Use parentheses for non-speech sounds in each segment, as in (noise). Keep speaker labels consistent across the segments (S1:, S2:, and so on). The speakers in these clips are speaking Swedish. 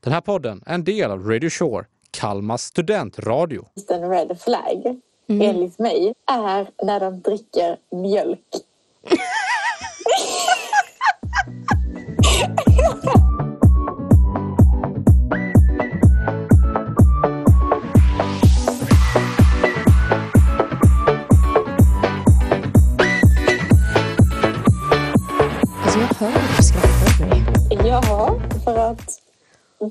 S1: Den här podden är en del av Radio Shore, Kalmas studentradio.
S2: En red flag,
S3: Mm.
S2: enligt mig, är när de dricker mjölk.
S3: Alltså jag hör hur du skrattar åt mig.
S2: Ja, för att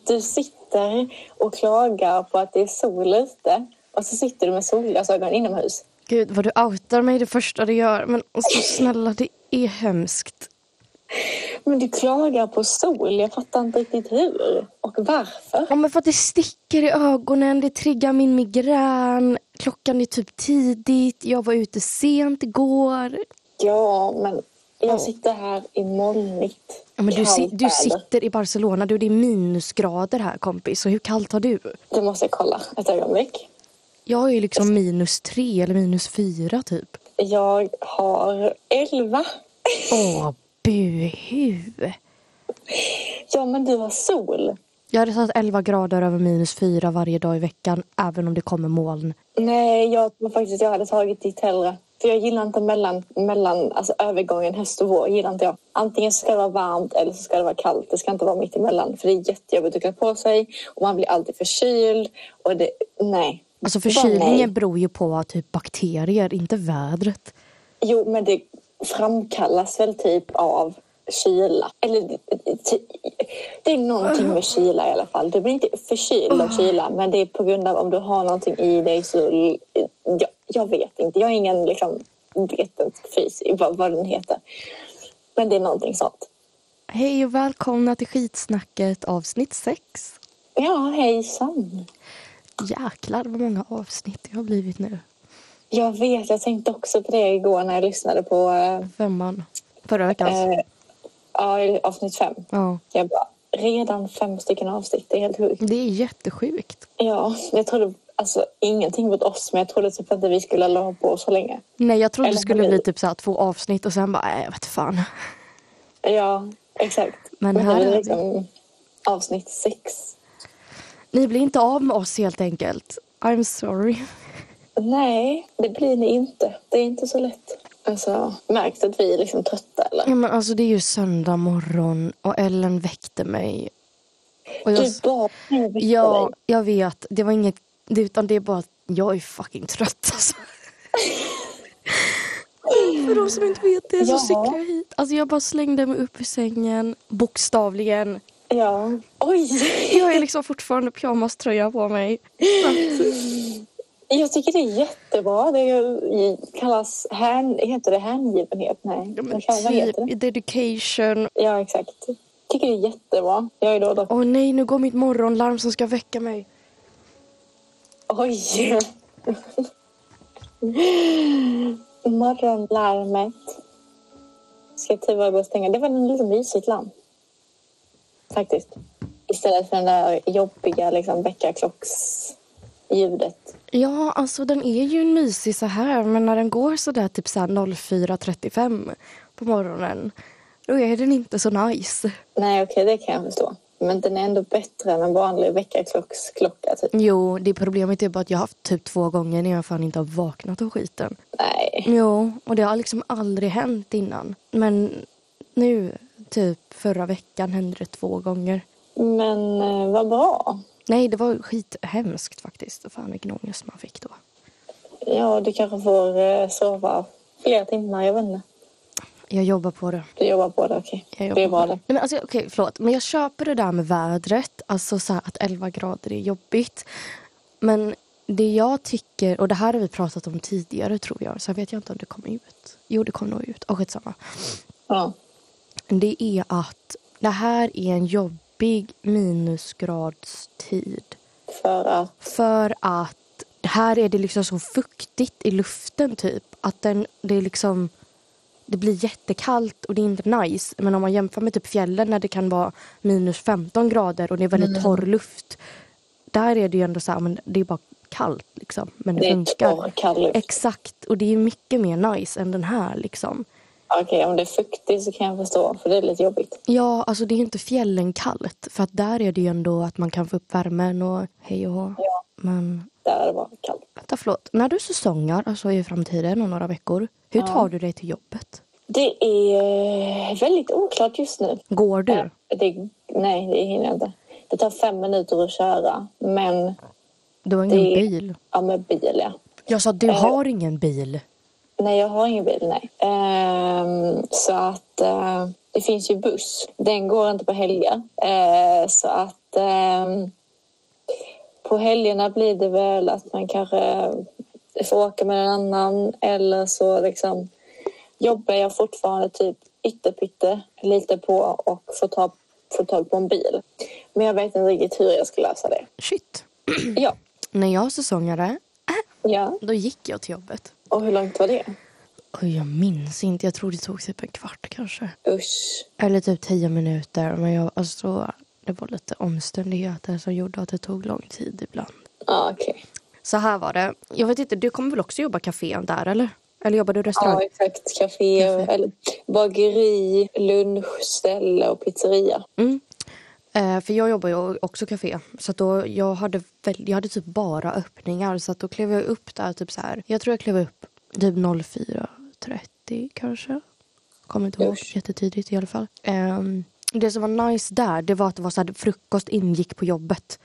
S2: du sitter och klagar på att det är sol ute och så sitter du med solglasögon inomhus.
S3: Gud vad du outar mig det första du gör. Men alltså snälla det är hemskt.
S2: Men du klagar på sol, jag fattar inte riktigt hur och varför.
S3: Ja men för att det sticker i ögonen, det triggar min migrän. Klockan är typ tidigt, jag var ute sent igår.
S2: Ja, men jag sitter här i molnigt.
S3: Ja, men du, si-
S2: kallt
S3: du
S2: väder.
S3: sitter i Barcelona, du, det är minusgrader här kompis. Så hur kallt har du?
S2: Det måste jag kolla ett ögonblick.
S3: Jag är ju liksom minus tre eller minus fyra typ.
S2: Jag har 11.
S3: Åh, buhu.
S2: Ja, men du har sol.
S3: Jag hade satt 11 grader över minus fyra varje dag i veckan, även om det kommer moln.
S2: Nej, jag tror faktiskt jag hade tagit ditt hellre. För jag gillar inte mellan, mellan alltså övergången höst och vår. Gillar inte jag. Antingen ska det vara varmt eller så ska det vara kallt. Det ska inte vara mitt emellan. För det är jättejobbigt att klä på sig och man blir alltid förkyld. Och det, nej.
S3: Alltså
S2: Bara nej.
S3: förkylningen beror ju på typ bakterier, inte vädret.
S2: Jo, men det framkallas väl typ av kyla. Eller ty- det är någonting med kyla i alla fall. Du blir inte förkyld av kyla, men det är på grund av om du har någonting i dig så... Jag, jag vet inte. Jag är ingen liksom, vet inte fys, vad, vad den heter. Men det är någonting sånt.
S3: Hej och välkomna till skitsnacket avsnitt 6.
S2: Ja, hejsan.
S3: Jäklar vad många avsnitt det har blivit nu.
S2: Jag vet, jag tänkte också på det igår när jag lyssnade på eh,
S3: Femman. Förra veckans.
S2: eh, ja, avsnitt fem.
S3: Ja.
S2: Jag bara, redan fem stycken avsnitt, det är helt sjukt.
S3: Det är jättesjukt.
S2: Ja, jag trodde alltså ingenting mot oss, men jag trodde typ inte vi skulle hålla på så länge.
S3: Nej jag trodde
S2: Eller
S3: det skulle
S2: har vi-
S3: bli typ så här två avsnitt och sen bara, nej jag vet fan.
S2: Ja, exakt.
S3: Men
S2: nu
S3: här
S2: är
S3: är
S2: det
S3: vi.
S2: liksom avsnitt sex.
S3: Ni blir inte av med oss helt enkelt. I'm sorry.
S2: Nej, det blir ni inte. Det är inte så lätt. Alltså, märks det att vi är liksom trötta eller?
S3: Ja men alltså det är ju söndag morgon och Ellen väckte mig. Och jag,
S2: Du bara väckte
S3: alltså, ja,
S2: dig.
S3: jag vet. Det var inget, det- utan det är bara att jag är fucking trött alltså. (laughs) För de som inte vet det
S2: Ja.
S3: så cyklade jag hit. Alltså jag bara slängde mig upp ur sängen, bokstavligen.
S2: Ja. Oj! (laughs)
S3: Jag är liksom fortfarande pyjamaströja på mig.
S2: Jag tycker det är jättebra. Det är- kallas hän, heter det hängivenhet? Nej,
S3: Ja, men
S2: vad kallar- vad heter det?
S3: Typ dedication.
S2: Ja, exakt. Jag tycker det är jättebra. Jag är då dock...
S3: Åh nej, nu går mitt morgonlarm som ska väcka mig.
S2: Oj! Morgonlarmet. Ska tyvärr gå och stänga. Det var en lite mysigt larm. Faktiskt. Istället för den där jobbiga liksom, väckarklocksljudet.
S3: Ja, alltså den är ju mysig så här, men när den går så där typ så här 04.35 på morgonen, då är den inte så nice.
S2: Nej, okej, det kan jag förstå. Men den är ändå bättre än en vanlig väckarklocksklocka. Typ.
S3: Jo, det problemet är bara att jag har haft typ två gånger när jag fan inte har vaknat av skiten.
S2: Nej.
S3: Jo, och det har liksom aldrig hänt innan. Men nu, typ förra veckan, hände det två gånger.
S2: Men eh, vad bra.
S3: Nej, det var skithemskt faktiskt. Fan vilken ångest man fick då.
S2: Ja, du kanske får eh, sova flera timmar. Jag vet inte.
S3: Jag jobbar på det.
S2: Du jobbar på det, okej.
S3: Jag jobbar
S2: Det är bra
S3: på
S2: det.
S3: Nej, men alltså, okej, förlåt. Men jag köper det där med vädret, alltså så här att 11 grader är jobbigt. Men det jag tycker, och det här har vi pratat om tidigare tror jag, så jag vet jag inte om det kom ut. Jo, det kom nog ut. Oh, skitsamma.
S2: Ja.
S3: Det är att det här är en jobbig minusgradstid.
S2: För att
S3: För att här är det liksom så fuktigt i luften typ. Att den, det är liksom det blir jättekallt och det är inte nice. Men om man jämför med typ fjällen när det kan vara minus 15 grader och det är väldigt torr luft. Där är det ju ändå så här, men det är bara kallt liksom. Men det,
S2: Det är
S3: funkar.
S2: torr, kall luft.
S3: Exakt, och det är mycket mer nice än den här liksom.
S2: Okej, om det är fuktigt så kan jag förstå, för det är lite jobbigt.
S3: Ja, alltså det är ju inte fjällen kallt. För att där är det ju ändå att man kan få upp värmen och hej och hå.
S2: Ja.
S3: Men
S2: Där är det bara kallt.
S3: vänta, förlåt. När du säsongar, alltså i framtiden om några veckor, hur tar du dig till jobbet?
S2: Det är eh, väldigt oklart just nu.
S3: Går du?
S2: Det, nej, det hinner jag inte. Det tar fem minuter att köra, men
S3: Du har ingen
S2: Det-
S3: bil.
S2: ja, med bil, ja.
S3: Jag sa, du har ingen bil.
S2: Nej, jag har ingen bil, nej. Ehm, så att eh, det finns ju buss. Den går inte på helger. Eh, så att ehm, på helgerna blir det väl att man kanske får åka med en annan eller så liksom jobbar jag fortfarande typ ytterpytte lite på och får, ta, får tag på en bil. Men jag vet inte riktigt hur jag ska lösa det.
S3: Shit.
S2: Ja,
S3: När jag säsongade, äh,
S2: ja.
S3: då gick jag till jobbet.
S2: och hur långt var det?
S3: Och jag minns inte, jag tror det tog typ en kvart kanske.
S2: Usch.
S3: Eller typ tio minuter. Men jag, alltså, det var lite omständigheter som gjorde att det tog lång tid ibland.
S2: Ja, okej.
S3: Så här var det. Jag vet inte, du kommer väl också jobba kafé där eller? Eller jobbar du i restaurang?
S2: Ja, exakt. Café, eller bageri, lunchställe och pizzeria.
S3: Mm. Eh, för jag jobbar ju också café. Så att då jag, hade väl, jag hade typ bara öppningar. Så att då klev jag upp där typ så här. Jag tror jag klev upp typ 04.30 kanske. Kommer inte ihåg.
S2: Usch.
S3: Jättetidigt i alla fall. Ehm, det som var nice där det var att det var så här, frukost ingick på jobbet.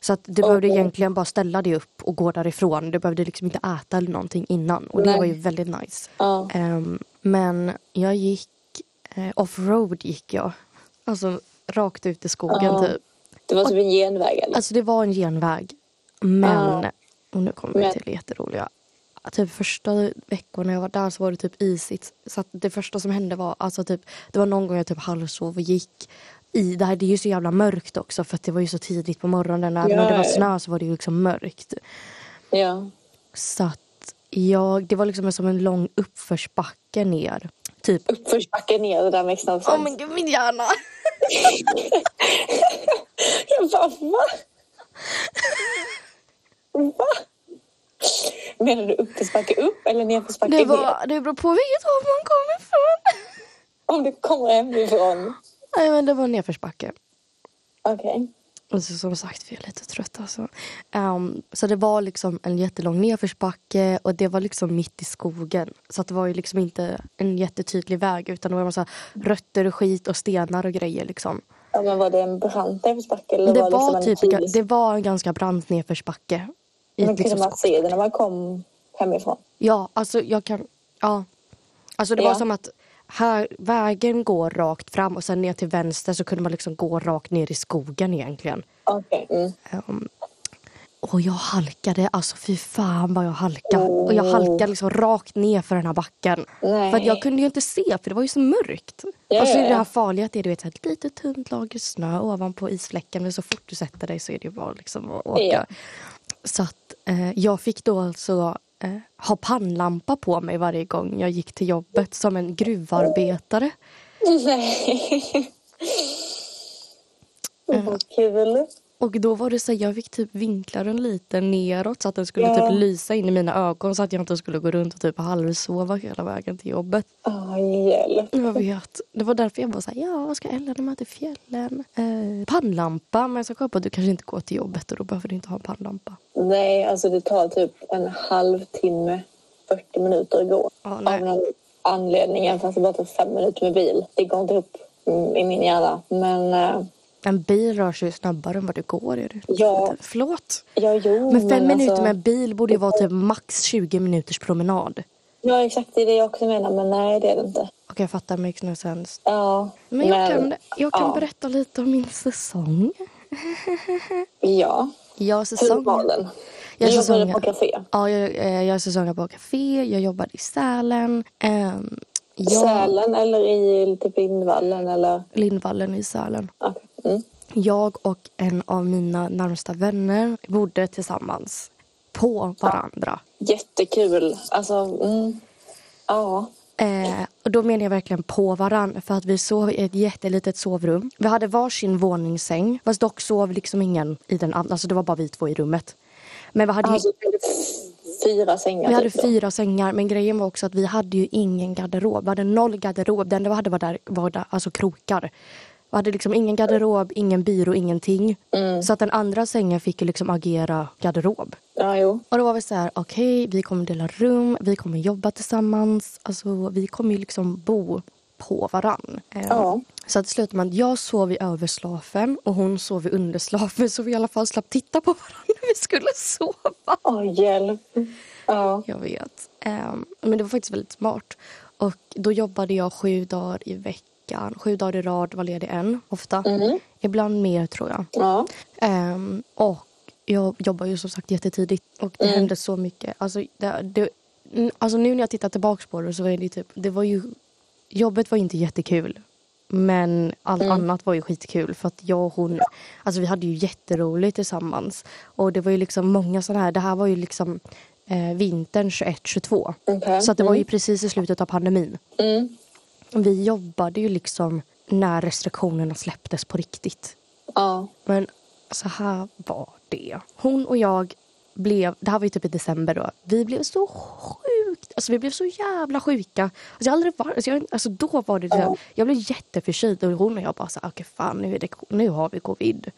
S3: Så att du behövde
S2: Okej.
S3: egentligen bara ställa dig upp och gå därifrån. Du behövde liksom inte äta eller någonting innan. Och det
S2: Nej.
S3: var ju väldigt nice.
S2: Ja.
S3: Ehm, men jag gick eh, offroad gick jag. Alltså rakt ut i skogen
S2: Ja.
S3: typ.
S2: Det var typ en genväg. Eller?
S3: Alltså det var en genväg. Men,
S2: Ja.
S3: och nu kommer vi
S2: Men-
S3: till det jätteroliga. Typ första veckorna jag var där så var det typ isigt. Så att det första som hände var alltså typ, det var någon gång jag typ halvsov och gick i, det här det är ju så jävla mörkt också för att det var ju så tidigt på morgonen. Även om det
S2: Ja.
S3: var snö så var det ju liksom mörkt.
S2: Ja.
S3: Så att jag, det var liksom som en lång uppförsbacke ner. Typ
S2: Uppförsbacke ner, det där med snabb
S3: Åh
S2: oh
S3: men gud, min hjärna!
S2: Jag bara,
S3: (laughs)
S2: va? va? Menar du uppförsbacke upp eller nedförsbacke
S3: Det,
S2: ner?
S3: var, det beror på vilket håll man kommer ifrån.
S2: Om du kommer hemifrån.
S3: Nej men det var nedförsbacke.
S2: Okej.
S3: Och så, som sagt, vi är lite trött alltså. Ehm, så det var liksom en jättelång nedförsbacke och det var liksom mitt i skogen. Så att det var ju liksom inte en jättetydlig väg utan det var en massa rötter och skit och stenar och grejer liksom.
S2: Ja, men var det en brant nedförsbacke? Eller
S3: Det
S2: var, det liksom
S3: var,
S2: en
S3: typ,
S2: tydlig-
S3: det var en ganska brant nedförsbacke. i
S2: Men
S3: liksom
S2: kunde man se det när man kom hemifrån?
S3: Ja, alltså jag kan... Ja. Alltså det var
S2: Ja.
S3: som att här, vägen går rakt fram och sen ner till vänster så kunde man liksom gå rakt ner i skogen egentligen.
S2: Okej. Mm.
S3: Ehm, och jag halkade, alltså fy fan vad jag halkade. Och jag halkade liksom rakt ner för den här backen.
S2: Nej.
S3: För att jag kunde ju inte se för det var ju så mörkt.
S2: Ja,
S3: och så är
S2: ja,
S3: det
S2: ja.
S3: här farliga att det är du vet, så här, ett litet tunt lager snö ovanpå isfläcken men så fort du sätter dig så är det ju bara liksom att åka.
S2: Ja.
S3: Så att eh, jag fick då alltså eh, ha pannlampa på mig varje gång jag gick till jobbet som en gruvarbetare.
S2: Nej. Vad kul.
S3: Och då var det så här, jag fick typ vinkla den lite neråt så att den skulle
S2: Ja.
S3: typ lysa in i mina ögon så att jag inte skulle gå runt och typ halvsova hela vägen till jobbet.
S2: Åh, hjälp.
S3: Jag vet. Det var därför jag var så här, ja, vad ska jag elda när man är till fjällen? Eh, pannlampa, men så kom jag på att du kanske inte går till jobbet och då behöver du inte ha en pannlampa.
S2: Nej, alltså det tar typ en halvtimme, 40 minuter att gå.
S3: Ja, nej.
S2: Av någon anledning, även fast det bara tar fem minuter med bil. Det går inte upp mm, i min hjärna. Men eh,
S3: En bil rör sig ju snabbare än vad du går. Är det?
S2: Ja.
S3: Förlåt.
S2: ja, jo.
S3: Men fem minuter
S2: alltså-
S3: med bil borde ju vara typ max 20 minuters promenad.
S2: Ja, exakt. Det är det jag också menar. Men nej, det är det inte.
S3: Okej, jag fattar. Makes no sense.
S2: Ja.
S3: Men jag kan, jag kan
S2: ja.
S3: berätta lite om min säsong.
S2: Ja.
S3: Jag
S2: Hur
S3: säsong.
S2: var den?
S3: Jag
S2: Du jobbade
S3: säsongar.
S2: på café.
S3: Ja, jag, eh, jag säsongade på café. Jag jobbade i Sälen. Ehm, jag,
S2: Sälen eller i typ Lindvallen eller?
S3: Lindvallen i Sälen.
S2: Okej. Mm.
S3: Jag och en av mina närmsta vänner bodde tillsammans på varandra.
S2: Jättekul. Alltså, mm. ja.
S3: Eh, och då menar jag verkligen på varann för att vi sov i ett jättelitet sovrum. Vi hade varsin våningssäng fast dock sov liksom ingen i den andra, alltså det var bara vi två i rummet. Men vi hade ju
S2: Alltså, fyra sängar.
S3: Vi hade
S2: typ då.
S3: fyra sängar men grejen var också att vi hade ju ingen garderob. Vi hade noll garderob. Det enda vi hade var, där, var där, alltså krokar. Vi hade liksom ingen garderob, ingen byrå, ingenting. Så att den andra sängen fick ju liksom agera garderob.
S2: Ja, jo.
S3: Och då var vi så här, okej, vi kommer dela rum, vi kommer jobba tillsammans. Alltså, vi kommer ju liksom bo på varann. Eh,
S2: Ja.
S3: Så det slutade med att jag sov i överslafen och hon sov i underslafen så vi i alla fall slapp titta på varandra när vi skulle sova.
S2: Åh, hjälp. Ja.
S3: Jag vet. Ehm, men det var faktiskt väldigt smart. Och då jobbade jag sju dagar i veckan. Sju dagar i rad var ledig en, ofta. Ibland mer, tror jag.
S2: Ja.
S3: Ehm, och jag jobbar ju som sagt jättetidigt och det hände så mycket. Alltså, det, det, n- alltså nu när jag tittar tillbaka på det så var det ju typ, det var ju, jobbet var ju inte jättekul. Men allt annat var ju skitkul för att jag och hon, alltså vi hade ju jätteroligt tillsammans. Och det var ju liksom många sådana här, det här var ju liksom eh, vintern 21-22.
S2: Okej.
S3: Så att det var ju precis i slutet av pandemin. Vi jobbade ju liksom när restriktionerna släpptes på riktigt.
S2: Ja.
S3: Men så här var det. Hon och jag blev, det här var ju typ i december då, vi blev så sjukt, alltså vi blev så jävla sjuka. Alltså jag har aldrig varit, alltså, jag, alltså då var det, liksom, jag blev jätteförkyld och hon och jag bara så här, okej fan nu, är det, nu har vi covid.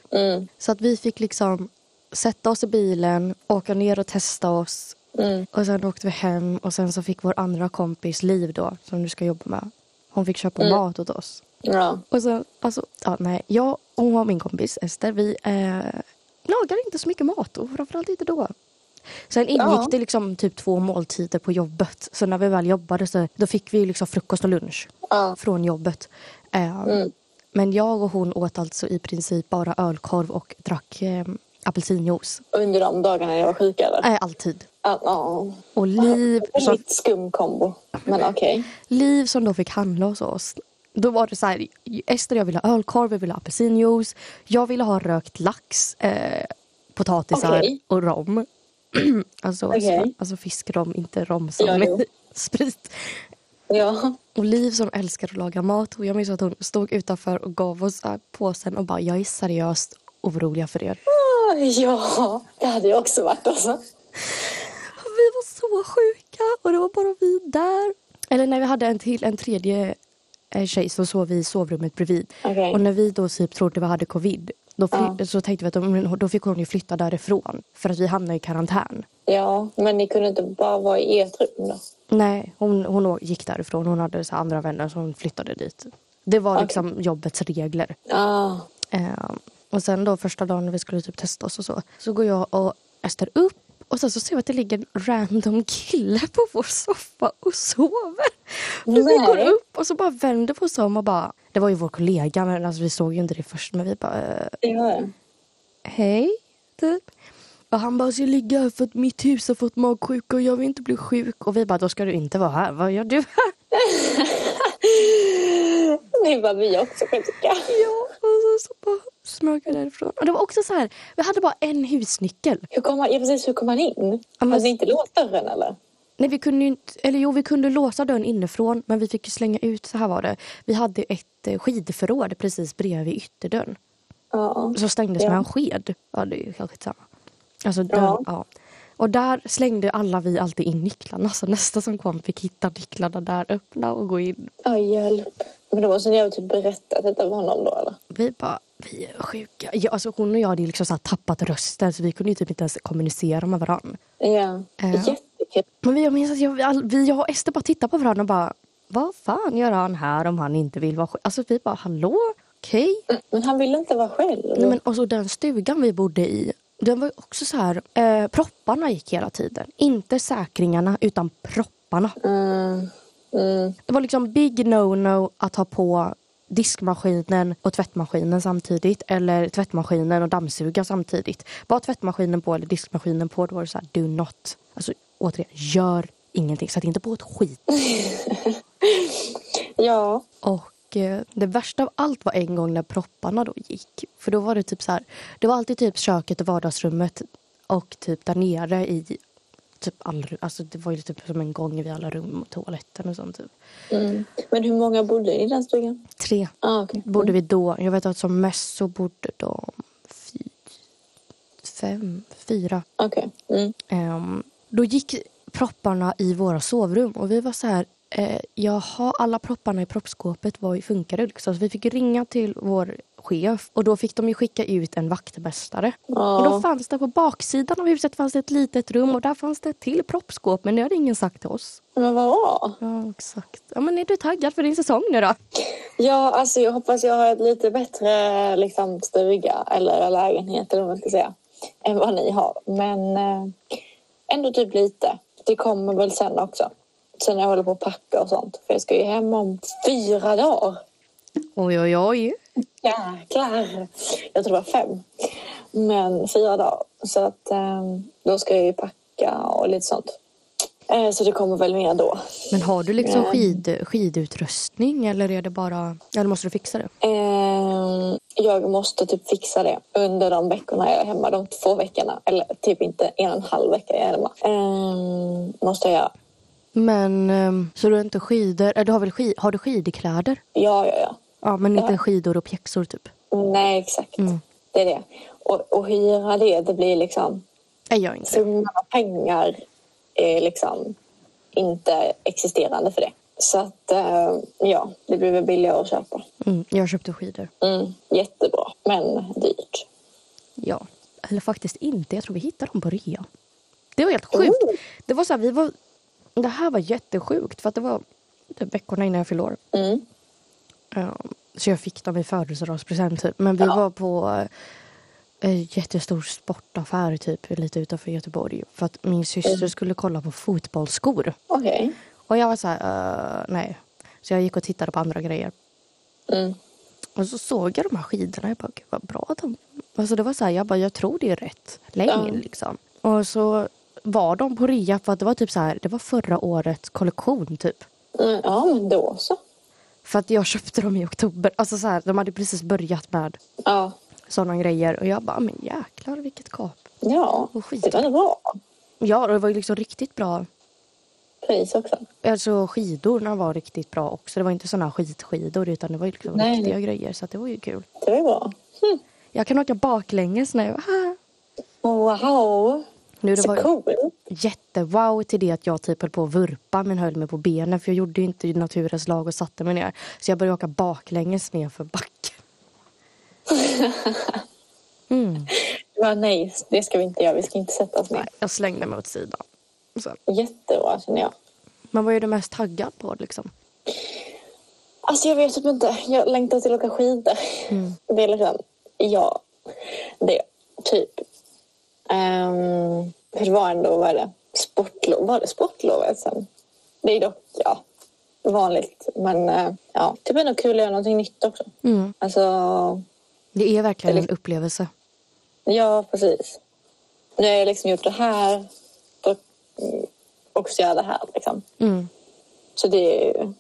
S3: Så att vi fick liksom sätta oss i bilen, åka ner och testa oss. Och sen åkte vi hem och sen så fick vår andra kompis Liv då, som du ska jobba med, hon fick köpa mat åt oss.
S2: Ja.
S3: Och sen, alltså, ja, nej. Jag och min kompis Ester, vi eh, lagade inte så mycket mat. Och framförallt inte då. Sen ingick
S2: Ja.
S3: det liksom typ två måltider på jobbet. Så när vi väl jobbade så då fick vi ju liksom frukost och lunch
S2: Ja. Mm.
S3: från jobbet. Eh, Men jag och hon åt alltså i princip bara ölkorv och drack eh, apelsinjuice.
S2: Under de dagarna jag var sjuk eller?
S3: Eh, alltid.
S2: Ja. ja.
S3: Och Liv som,
S2: Väldigt skum kombo. Men okej.
S3: Liv som då fick handla hos oss. Då var det så här, Ester och jag ville ha ölkorv, vi ville ha apelsinjuice. Jag ville ha rökt lax, eh, potatisar
S2: Okej.
S3: och rom. (clears throat) alltså,
S2: Okej.
S3: alltså fiskrom, inte rom som
S2: Ja, jo.
S3: är (laughs) sprit.
S2: Ja. (laughs)
S3: Och Liv som älskar att laga mat. Och jag minns att hon stod utanför och gav oss eh, påsen och bara, jag är seriöst oroliga för er.
S2: Ah, Ja, det hade jag också varit alltså.
S3: Och Vi var så sjuka och det var bara vi där. Eller när vi hade en till, en tredje eh, tjej så sov vi i sovrummet bredvid.
S2: Okej.
S3: Och när vi då typ trodde vi hade covid då, fly- så tänkte vi att de, då fick hon ju flytta därifrån för att vi hamnade i karantän.
S2: Ja, men ni kunde inte bara vara i ert rum då?
S3: Nej, hon, hon å- gick därifrån. Hon hade så här andra vänner så hon flyttade dit. Det var liksom jobbets regler.
S2: Ah,
S3: Ehm, och sen då första dagen när vi skulle typ testa oss och så, så går jag och Ester upp och sen så ser jag att det ligger en random kille på vår soffa och sover. Du vi
S2: Nej.
S3: går upp och så bara vänder på oss om och bara, det var ju vår kollega men alltså vi såg ju inte det först men vi bara, eh,
S2: det gör jag.
S3: hej, typ. Och han bara, så jag ligger här för att mitt hus har fått magsjuka och jag vill inte bli sjuk. Och vi bara, då ska du inte vara här, vad gör du här?
S2: Ni bara, vi också kan tycka.
S3: Ja, och så, så bara smög jag därifrån. Och det var också så här, vi hade bara en husnyckel.
S2: Hur kom man, ja, precis, hur kom man in?
S3: men-
S2: Hade ni inte låst dörren eller?
S3: Nej, vi kunde ju inte, eller jo, vi kunde låsa dörren inifrån men vi fick ju slänga ut, så här var det. Vi hade ett eh, skidförråd precis bredvid ytterdörren.
S2: Ja.
S3: Så stängdes
S2: Ja.
S3: med en sked. Ja, det är ju kanske samma. Alltså,
S2: Ja.
S3: dörren, ja. Och där slängde alla vi alltid in nycklarna så nästa som kom fick hitta nycklarna där, öppna och gå in.
S2: Ja, hjälp. Men då måste ni ha typ berättat detta för honom då eller?
S3: Vi bara, vi är sjuka. Ja, alltså, hon och jag hade ju liksom så här tappat rösten så vi kunde ju typ inte ens kommunicera med varandra.
S2: Ja.
S3: Ja.
S2: Jättekul.
S3: Men jag minns att jag, vi all- vi, jag och Ester bara tittade på varandra och bara Vad fan gör han här om han inte vill vara själv? Alltså vi bara hallå? Okej?
S2: Men han ville inte vara själv.
S3: Nej, men och så den stugan vi bodde i den var ju också så här eh, Propparna gick hela tiden. Inte säkringarna utan propparna.
S2: Mm. Mm.
S3: Det var liksom big no-no att ha på diskmaskinen och tvättmaskinen samtidigt eller tvättmaskinen och dammsuga samtidigt. Bara tvättmaskinen på eller diskmaskinen på, då var det så här do not. Alltså återigen, gör ingenting. Sätt inte på ett skit.
S2: Ja.
S3: Och eh, det värsta av allt var en gång när propparna då gick. För då var det typ så här, det var alltid typ köket och vardagsrummet och typ där nere i typ all, alltså det var ju typ som en gång vid alla rum och toaletten och sånt typ.
S2: Mm. Men hur många bodde ni i den stugan?
S3: Tre
S2: Ah, okej.
S3: bodde vi då. Jag vet att som mest så bodde de fy, fem, fyra.
S2: Okej. Mm.
S3: Ehm, Då gick propparna i våra sovrum och vi var så här, eh, jaha, alla propparna i proppskåpet var ju, funkade liksom. Så vi fick ringa till vår chef och då fick de ju skicka ut en vaktmästare.
S2: Ja.
S3: Och då fanns det på baksidan av huset fanns det ett litet rum och där fanns det ett till proppskåp men det hade ingen sagt till oss.
S2: Men vad bra.
S3: Ja, exakt. Ja, men är du taggad för din säsong nu då?
S2: Ja, alltså jag hoppas jag har ett lite bättre liksom, stuga eller lägenhet eller vad man ska säga än vad ni har. Men eh, ändå typ lite. Det kommer väl sen också. Sen när jag håller på att packa och sånt. För jag ska ju hem om fyra dagar.
S3: Oj, oj, oj.
S2: Jäklar! Jag tror det var fem. Men fyra dagar. Så att eh, då ska jag ju packa och lite sånt. Eh, så det kommer väl mer då.
S3: Men har du liksom
S2: Ja.
S3: skid, skidutrustning eller är det bara, eller måste du fixa det?
S2: Ehm, jag måste typ fixa det under de veckorna jag är hemma. De två veckorna, eller typ inte en och en halv vecka jag är hemma. Ehm, måste jag göra.
S3: Men ehm, så du har inte skidor, eller du har väl skid, har du skidkläder?
S2: Ja, ja, ja.
S3: Ja, men inte
S2: Ja.
S3: skidor och pjäxor typ.
S2: Nej, exakt.
S3: Mm.
S2: Det är det. Och, och hyra det, det blir liksom...
S3: Nej, jag har inte det.
S2: Summan av pengar är liksom inte existerande för det. Så att, eh, ja, det blir väl billigare att köpa.
S3: Mm, jag köpte skidor.
S2: Mm, jättebra, men dyrt.
S3: Ja, eller faktiskt inte. Jag tror vi hittade dem på rea. Det var helt sjukt.
S2: Oh.
S3: Det var så här, vi var... Det här var jättesjukt för att det var typ veckorna innan jag fyllde år.
S2: Mm.
S3: Ja, så jag fick dem i födelsedagspresent typ. Men vi
S2: Ja.
S3: var på eh, en jättestor sportaffär typ lite utanför Göteborg. För att min syster skulle kolla på fotbollsskor.
S2: Okej.
S3: Och jag var så här, eh, nej. Så jag gick och tittade på andra grejer.
S2: Mm.
S3: Och så såg jag de här skidorna. Jag bara, gud vad bra de Alltså det var så här, jag bara, jag tror det är rätt längd
S2: Ja.
S3: liksom. Och så var de på rea för att det var typ så här, det var förra årets kollektion typ.
S2: Mm, ja, men då så.
S3: För att jag (laughs) köpte dem i oktober. Alltså så här, de hade precis börjat med
S2: Ja,
S3: sådana grejer. Och jag bara, men jäklar vilket kap.
S2: Ja,
S3: Och skit.
S2: det var bra
S3: Ja, och det var ju liksom riktigt bra.
S2: pris också.
S3: Alltså skidorna var riktigt bra också. Det var inte sådana skitskidor utan det var ju liksom
S2: Nej.
S3: riktiga grejer. Så att det var ju kul.
S2: Det var bra. Hm.
S3: Jag kan åka baklänges nu. Ah.
S2: Wow,
S3: Nu det
S2: så
S3: var
S2: cool.
S3: jättewow till det att jag typ höll på att vurpa men höll mig på benen för jag gjorde ju inte naturens lag och satte mig ner. Så jag började åka baklänges ner för backen. Mm.
S2: Det var nice. Det ska vi inte göra. Vi ska inte sätta oss ner.
S3: Jag slängde mig åt sidan. Så.
S2: Jättebra känner jag.
S3: Men vad är du mest taggad på liksom?
S2: Alltså jag vet typ inte. Jag längtar till att åka skidor. (laughs) Det är liksom, ja, det typ. Um, hur var det ändå, var det sportlov? Var det sportlovet sen? Det är dock, ja, vanligt. Men eh, ja, typ ändå kul att göra någonting nytt också.
S3: Mm.
S2: Alltså,
S3: Det är verkligen en
S2: Eller-
S3: upplevelse.
S2: Ja, precis. Nu har jag liksom gjort det här. Då mm, också göra det här. Liksom.
S3: Mm.
S2: Så det är ju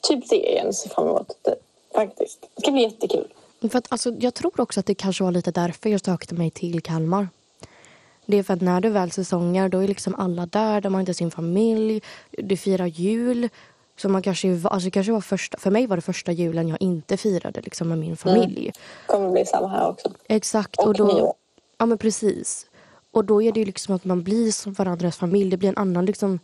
S2: typ det jag ser fram emot. Det, faktiskt. Det ska bli jättekul.
S3: För att, alltså, jag tror också att det kanske var lite därför jag sökte mig till Kalmar. Det är för att när du väl säsonger då är liksom alla där, de har inte sin familj, du firar jul. Så man kanske, var- alltså det kanske var första, för mig var det första julen jag inte firade liksom, med min familj.
S2: Det kommer bli samma här också.
S3: Exakt.
S2: Och
S3: Och då,
S2: nyår.
S3: ja men precis. Och då är det ju liksom att man blir som varandras familj. Det blir en annan liksom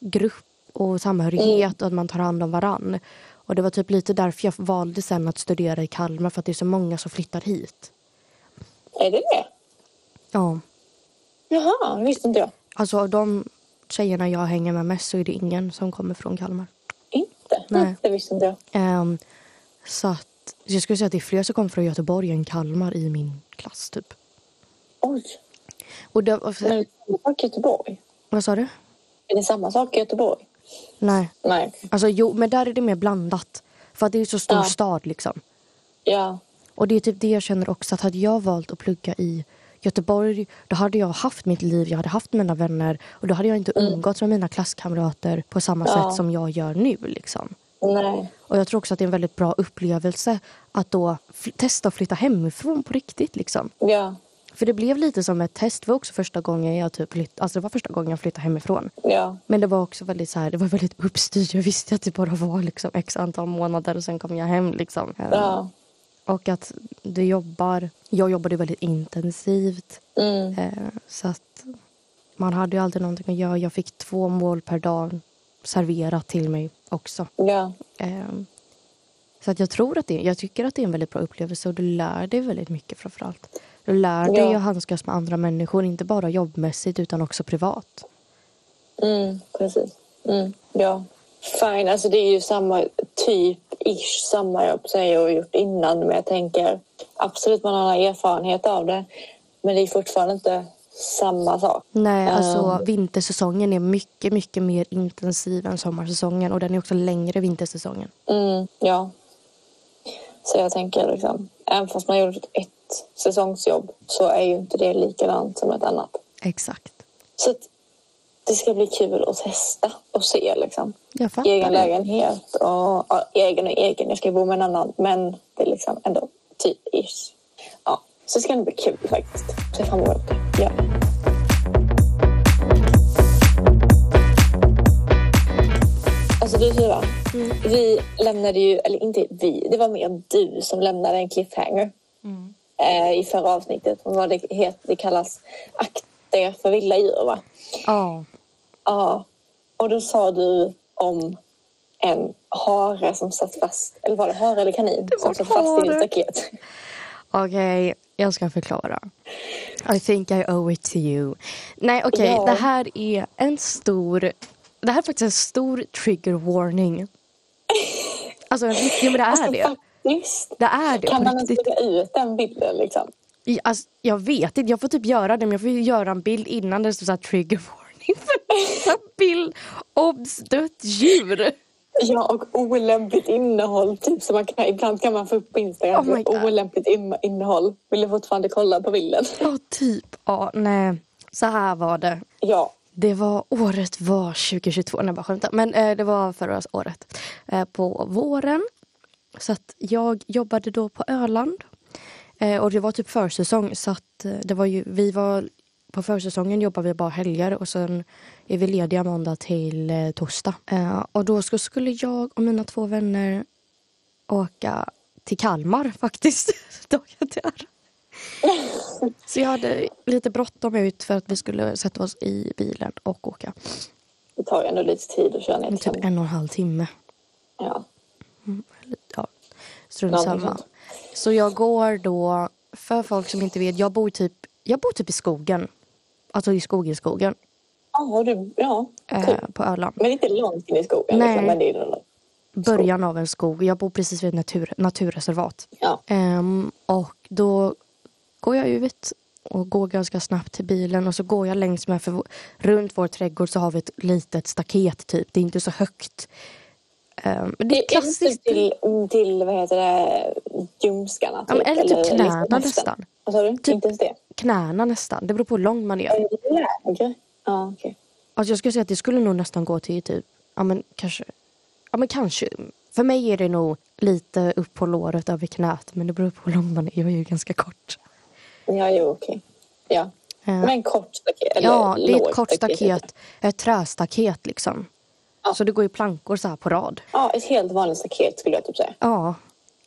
S3: grupp och samhörighet och att man tar hand om varann. Och det var typ lite därför jag valde sen att studera i Kalmar för att det är så många som flyttar hit.
S2: Är det det?
S3: Ja.
S2: Jaha, det visste inte jag.
S3: Alltså av de tjejerna jag hänger med mest så är det ingen som kommer från Kalmar.
S2: Inte?
S3: Nej.
S2: Mm, Det visste inte jag.
S3: Ehm, så att så jag skulle säga att det är fler som kommer från Göteborg än Kalmar i min klass typ.
S2: Oj,
S3: Och det, och,
S2: men är det samma sak i Göteborg?
S3: vad sa du?
S2: Är det samma sak i Göteborg?
S3: Nej.
S2: Nej.
S3: Alltså jo, men där är det mer blandat. För att det är ju så stor
S2: Ja.
S3: stad liksom.
S2: Ja.
S3: Och det är typ det jag känner också att hade jag valt att plugga i Göteborg då hade jag haft mitt liv, jag hade haft mina vänner och då hade jag inte umgåtts med mina klasskamrater på samma
S2: Mm. Ja.
S3: sätt som jag gör nu liksom.
S2: Nej.
S3: Och jag tror också att det är en väldigt bra upplevelse att då fl- testa att flytta hemifrån på riktigt liksom.
S2: Ja.
S3: För det blev lite som ett test, det var också första gången jag typ flytt- alltså det var första gången jag flyttade hemifrån.
S2: Ja.
S3: Men det var också väldigt så här, det var väldigt uppstyrt. Jag visste att det bara var liksom x antal månader och sen kom jag hem liksom.
S2: Ja.
S3: Och att du jobbar, jag jobbade väldigt intensivt.
S2: Mm.
S3: Eh, Så att, man hade ju alltid någonting att göra. Jag fick två mål per dag serverat till mig också.
S2: Ja.
S3: Ehm, så att jag tror att det, jag tycker att det är en väldigt bra upplevelse och du lär dig väldigt mycket framförallt. Du lär dig
S2: Ja.
S3: att handskas med andra människor, inte bara jobbmässigt utan också privat.
S2: Mm, precis. Mm, ja. Fine, alltså det är ju samma typ, ish, samma jobb som jag har gjort innan. Men jag tänker absolut man har en erfarenhet av det. Men det är fortfarande inte samma sak.
S3: Nej,
S2: Ehm.
S3: alltså vintersäsongen är mycket, mycket mer intensiv än sommarsäsongen och den är också längre vintersäsongen.
S2: Mm, ja. Så jag tänker liksom, även fast man gjort ett säsongsjobb så är ju inte det likadant som ett annat.
S3: Exakt.
S2: Så att det ska bli kul att testa och se liksom.
S3: Jag fattar
S2: egen
S3: det.
S2: lägenhet och ja, egen och egen. Jag ska bo med en annan, men det är liksom ändå typ ish. Ja, så ska det bli kul faktiskt. Se fram emot det. Ja. Alltså du Tyra,
S3: Mm.
S2: vi lämnade ju, eller inte vi, det var mer du som lämnade en cliffhanger
S3: Mm.
S2: eh, i förra avsnittet. om Vad det, het, det kallas akta er för vilda djur va?
S3: Ja.
S2: Ja, och då sa du om en hare som satt fast, eller var det hare eller kanin?
S3: var
S2: som
S3: en
S2: satt fast i
S3: hare.
S2: ditt staket.
S3: Okej, jag ska förklara. I think I owe it to you. Nej, okej,
S2: Ja.
S3: det här är en stor... Det här är faktiskt en stor
S2: (laughs)
S3: trigger warning. Alltså, en riktig- jo, men det är det.
S2: Faktiskt.
S3: Det är det
S2: Kan
S3: på
S2: man ens
S3: riktigt.
S2: lägga ut den bilden liksom?
S3: I- Alltså, jag vet inte, jag får typ göra det men jag får ju göra en bild innan där det står så här trigger warning. För en (laughs) bild obs dött djur.
S2: Ja, och olämpligt innehåll. Typ som man kan, ibland kan man få upp på Instagram.
S3: Oh my God.
S2: olämpligt in- innehåll. Vill du fortfarande kolla på bilden?
S3: Ja, typ. Ja, nej. Så här var det.
S2: Ja.
S3: Det var året var 2022, nej jag bara skämtar. Men eh, det var förra året. Eh, på våren. Så att jag jobbade då på Öland. Eh, och det var typ försäsong så att eh, det var ju, vi var, på försäsongen jobbar vi bara helger och sen är vi lediga måndag till eh, torsdag. Eh, och då sk- skulle jag och mina två vänner åka till Kalmar (laughs) faktiskt. Dagen till ära. Så jag hade lite bråttom ut för att vi skulle sätta oss i bilen och åka.
S2: Det tar ju ändå lite tid att köra ner
S3: Typ
S2: till
S3: en och en halv timme.
S2: ja.
S3: Ja, strunt
S2: Någonting
S3: samma.
S2: sånt.
S3: Så jag går då, för folk som inte vet, jag bor typ, jag bor typ i skogen. Alltså i skogen, skogen.
S2: Ja, du, ja.
S3: Eh,
S2: Cool.
S3: på Öland.
S2: Men inte långt in i skogen.
S3: Nej.
S2: Liksom, men det är ju-
S3: Början av en skog. Jag bor precis vid ett natur, naturreservat.
S2: ja.
S3: Ehm, och då går jag ut och går ganska snabbt till bilen och så går jag längs med, för vår- runt vår trädgård så har vi ett litet staket typ. Det är inte så högt. Ehm, men det är klassiskt.
S2: inte till, till vad heter det, ljumskarna.
S3: Ja, men eller typ knäna
S2: liksom
S3: nästan.
S2: Vad sa du?
S3: Typ-
S2: Inte ens det?
S3: Knäna nästan. Det beror på hur lång man är.
S2: Lägre? Ja, okej.
S3: Alltså jag skulle säga att det skulle nog nästan gå till typ, ja men kanske, ja men kanske. För mig är det nog lite upp på låret över knät men det beror på hur lång man är. Jag är ju ganska kort.
S2: Ja, jo, okej. Ja.
S3: Eh,
S2: Men kort staket? Eller typ.
S3: ja, det är
S2: lågt
S3: ett kort staket, ett trästaket liksom.
S2: Ja.
S3: Så det går ju plankor så här på rad.
S2: Ja, ett helt vanligt staket skulle jag typ säga.
S3: Ja.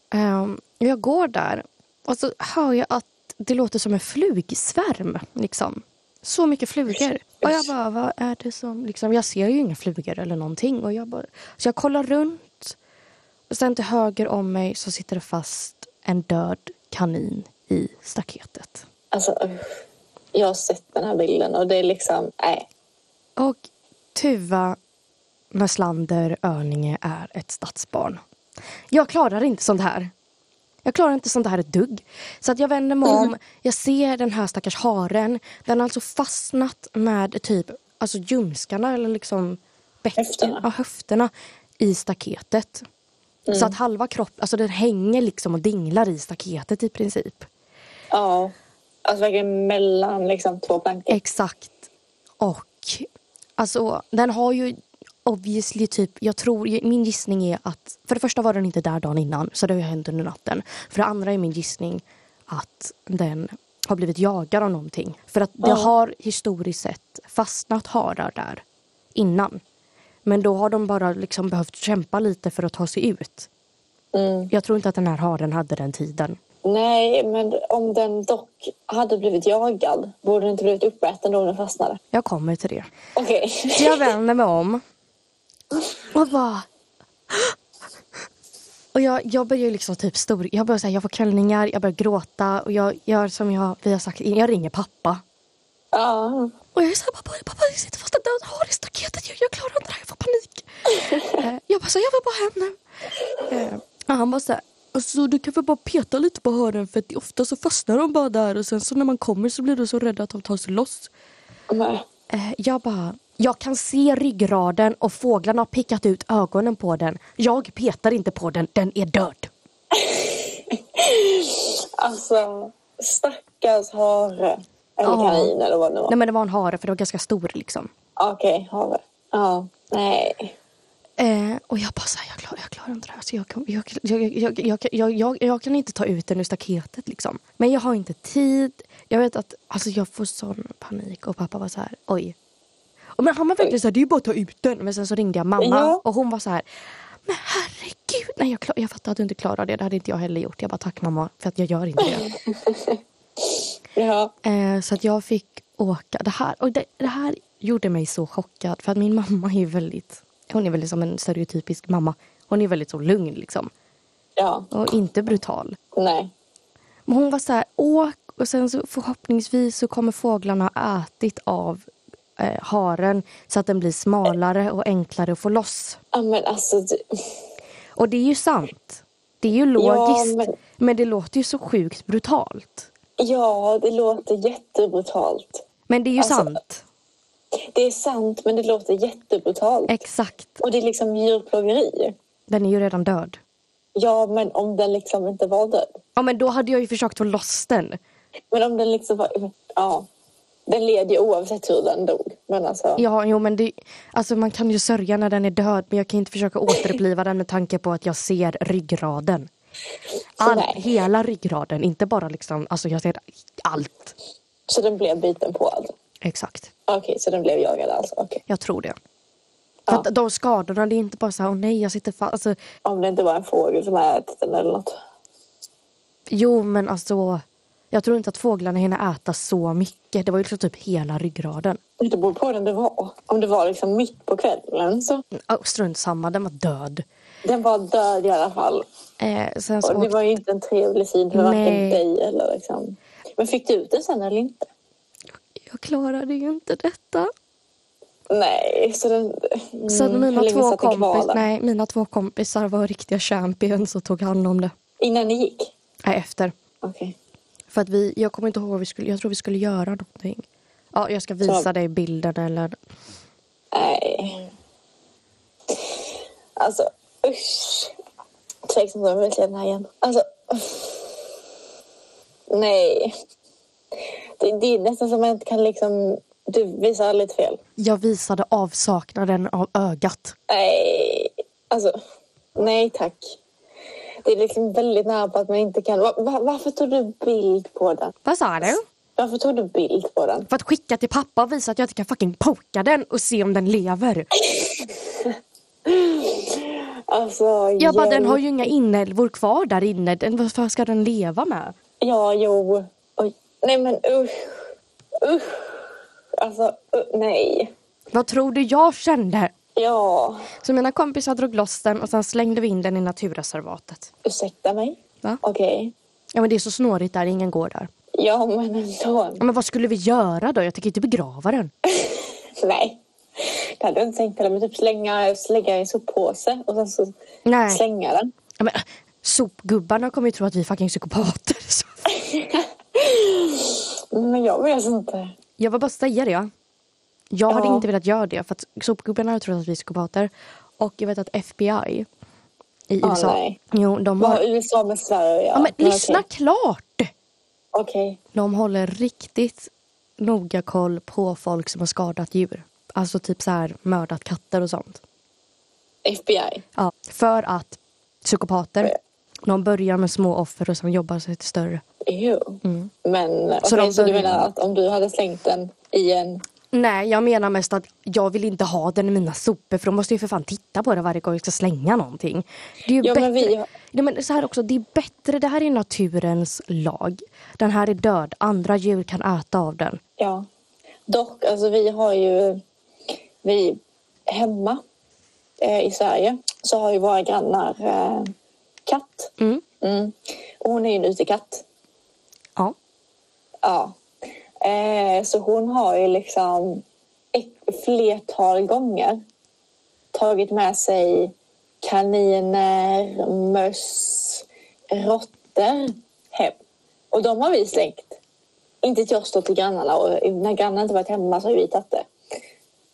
S3: Ehm, jag går där och så hör jag att det låter som en flugsvärm. Liksom. Så mycket flugor. Och jag bara, vad är det som... Liksom, jag ser ju inga flugor eller någonting. Och jag bara, så jag kollar runt. Och sen till höger om mig så sitter det fast en död kanin i staketet.
S2: Alltså, uff. jag har sett den här bilden och det är liksom, nej.
S3: Och Tuva Möslander Örninge är ett stadsbarn. Jag klarar inte sånt här. Jag klarar inte sånt här ett dugg. Så att jag vänder mig om, jag ser den här stackars haren. Den har alltså fastnat med typ alltså ljumskarna eller liksom bäcken,
S2: Höfterna.
S3: Ja, höfterna i staketet. Så att halva kroppen, alltså den hänger liksom och dinglar i staketet i princip.
S2: Ja. Alltså verkligen mellan liksom två plankor.
S3: Exakt. Och alltså, den har ju obviously typ, jag tror, min gissning är att för det första var den inte där dagen innan så det har ju hänt under natten. För det andra är min gissning att den har blivit jagad av någonting. För att det
S2: Ja.
S3: har historiskt sett fastnat harar där innan. Men då har de bara liksom behövt kämpa lite för att ta sig ut.
S2: Mm.
S3: Jag tror inte att den här haren hade den tiden.
S2: Nej, men om den dock hade blivit jagad, borde den inte blivit uppäten då den fastnade?
S3: Jag kommer till det.
S2: Okej. (laughs)
S3: Så jag vänder mig om och bara... Och jag, jag börjar ju liksom typ stor... Jag börjar säga jag får kvällningar, jag börjar gråta och jag gör som jag, vi har sagt, jag ringer pappa.
S2: Ja.
S3: Och jag är såhär, pappa, pappa jag sitter fast i dörren, har i staketet, jag, jag klarar inte det här, jag får panik. eh, jag bara, så här, jag vill bara hem nu. Eh, och han bara såhär, alltså, du kan väl bara peta lite på hörnen för att ofta så fastnar de bara där och sen så när man kommer så blir du så rädd att de tar sig loss.
S2: Men,
S3: Eh, jag bara, jag kan se ryggraden och fåglarna har pickat ut ögonen på den. Jag petar inte på den, den är död.
S2: alltså, stackars hare. Eller
S3: Ja.
S2: kanin eller vad det nu var.
S3: Nej men det var en hare för det var ganska stor liksom.
S2: Okej, hare. Ja, nej.
S3: Eh, och jag bara såhär, jag klarar, jag klarar inte det här. Så jag, kan- jag, jag, jag, jag, jag, jag, jag kan inte ta ut den ur staketet liksom. Men jag har inte tid. Jag vet att, alltså jag får sån panik. Och pappa var så här, oj. Och men han var verkligen såhär, det är ju bara att ta ut den. Men sen så ringde jag mamma
S2: Ja.
S3: och hon var så här, men herregud. Nej jag, klar, jag fattar att du inte klarar det. Det hade inte jag heller gjort. Jag bara, tack mamma för att jag gör inte det.
S2: Ja,
S3: Eh, så att jag fick åka. Det här, och det, det här gjorde mig så chockad. För att min (laughs) mamma är väldigt... Hon är väldigt som en stereotypisk mamma. Hon är väldigt så lugn liksom.
S2: ja,
S3: Och inte brutal.
S2: nej.
S3: Men hon var så här, åk och sen så förhoppningsvis så kommer fåglarna ha ätit av eh, haren så att den blir smalare och enklare att få loss.
S2: Ja, men alltså, det-
S3: Och det är ju sant. Det är ju logiskt.
S2: men-
S3: men... det låter ju så sjukt brutalt.
S2: ja, det låter jättebrutalt.
S3: Men det är ju
S2: Alltså-
S3: sant.
S2: Det är sant, men det låter jättebrutalt.
S3: Exakt.
S2: Och det är liksom djurplågeri.
S3: Den är ju redan död.
S2: Ja, men om den liksom inte var död.
S3: Ja men då hade jag ju försökt få loss den.
S2: Men om den liksom var... Ja. Den led ju oavsett hur den dog. Men alltså...
S3: Ja jo men det, alltså man kan ju sörja när den är död men jag kan inte försöka återuppliva den med tanke på att jag ser ryggraden. All,
S2: nej.
S3: hela ryggraden, inte bara liksom, alltså jag ser allt.
S2: Så den blev biten på alltså.
S3: Exakt,
S2: Okej, så den blev jagad alltså. Okej.
S3: jag tror det. För
S2: Ja.
S3: att de skadorna, det är inte bara så här, åh nej jag sitter fast. Alltså,
S2: Om det inte var en fågel som hade ätit den eller något.
S3: jo men alltså, jag tror inte att fåglarna hinner äta så mycket. Det var ju liksom typ hela ryggraden.
S2: Det beror på den det var. Om det var liksom mitt på kvällen så.
S3: Oh, strunt samma, den var död.
S2: Den var död i alla fall.
S3: Eh, sen så
S2: Och det
S3: åkte-
S2: var ju inte en trevlig syn för varken
S3: Nej.
S2: dig eller liksom. Men fick du ut den sen eller inte?
S3: jag klarade ju inte detta.
S2: Nej, så den... Mm,
S3: Så att mina,
S2: hur länge
S3: två
S2: satt den kvar
S3: kompis,
S2: där?
S3: nej, mina två kompisar var riktiga champions och tog hand om det.
S2: Innan ni gick?
S3: Nej, efter.
S2: Okej.
S3: För att vi, jag kommer inte ihåg vad vi skulle, jag tror vi skulle göra någonting. Ja, jag ska visa
S2: Så-
S3: dig bilden eller...
S2: Nej. Alltså, usch. Tveksamt om jag vill se den här igen. Alltså. Nej. Det, det är nästan som att jag inte kan liksom... Du visar aldrig ett fel.
S3: Jag visade avsaknaden av ögat.
S2: Nej. Alltså, nej tack. Det är liksom väldigt nära på att man inte kan... Va- va- varför tog du bild på den?
S3: Vad sa du?
S2: Varför tog du bild på den?
S3: För att skicka till pappa och visa att jag inte kan fucking poka den och se om den lever.
S2: Alltså,
S3: Jag bara, den
S2: hjälp.
S3: har ju inga inälvor kvar där inne. Den, vad fan ska den leva med?
S2: Ja, jo. Oj. Nej, men usch. Usch. Alltså, u- nej.
S3: Vad tror du jag kände?
S2: Ja,
S3: Så mina kompisar drog loss den och sen slängde vi in den i naturreservatet.
S2: ursäkta mig.
S3: Va?
S2: Okej.
S3: Ja men det är så snårigt där, ingen går där.
S2: Ja, men ändå.
S3: Ja, Men vad skulle vi göra då? Jag tänker inte begrava den.
S2: Nej. Det hade jag inte tänkt heller. Men typ slänga, slänga i en soppåse och sen så
S3: Nej.
S2: slänga den.
S3: Ja, Men, äh, sopgubbarna kommer ju tro att vi är fucking psykopater. Så.
S2: Men jag vet inte.
S3: Jag vill bara säga det. Jag hade
S2: Ja.
S3: inte velat göra det för att sopgubbarna har trott att vi är psykopater. Och jag vet att FBI i
S2: Ah,
S3: USA.
S2: nej.
S3: Jo, de
S2: Vad har
S3: har...
S2: USA med Sverige att göra?
S3: Ja, men
S2: okej.
S3: lyssna klart!
S2: Okej.
S3: De håller riktigt noga koll på folk som har skadat djur. Alltså typ så här mördat katter och sånt.
S2: FBI.
S3: Ja, Eh. för att psykopater, de börjar med små offer och sen jobbar sig till större.
S2: Jo. Men okej,
S3: Mm. de
S2: så du
S3: börjar-
S2: menar att om du hade slängt den i en
S3: Nej, jag menar mest att jag vill inte ha den i mina sopor för då måste jag ju för fan titta på det varje gång jag ska slänga någonting. Det är ju
S2: Ja,
S3: bättre.
S2: men vi har-
S3: Nej, men så här också, det är bättre, det här är naturens lag. Den här är död, andra djur kan äta av den.
S2: Ja. Dock, alltså vi har ju... Vi hemma eh, i Sverige så har ju våra grannar eh, katt.
S3: Mm.
S2: Mm. Och hon är ju en utekatt.
S3: Ja.
S2: Ja. Eh, så hon har ju liksom ett flertal gånger tagit med sig kaniner, möss, råttor hem. Och de har vi slängt. Inte till oss, då till grannarna. Och när grannarna inte varit hemma så har vi tagit det.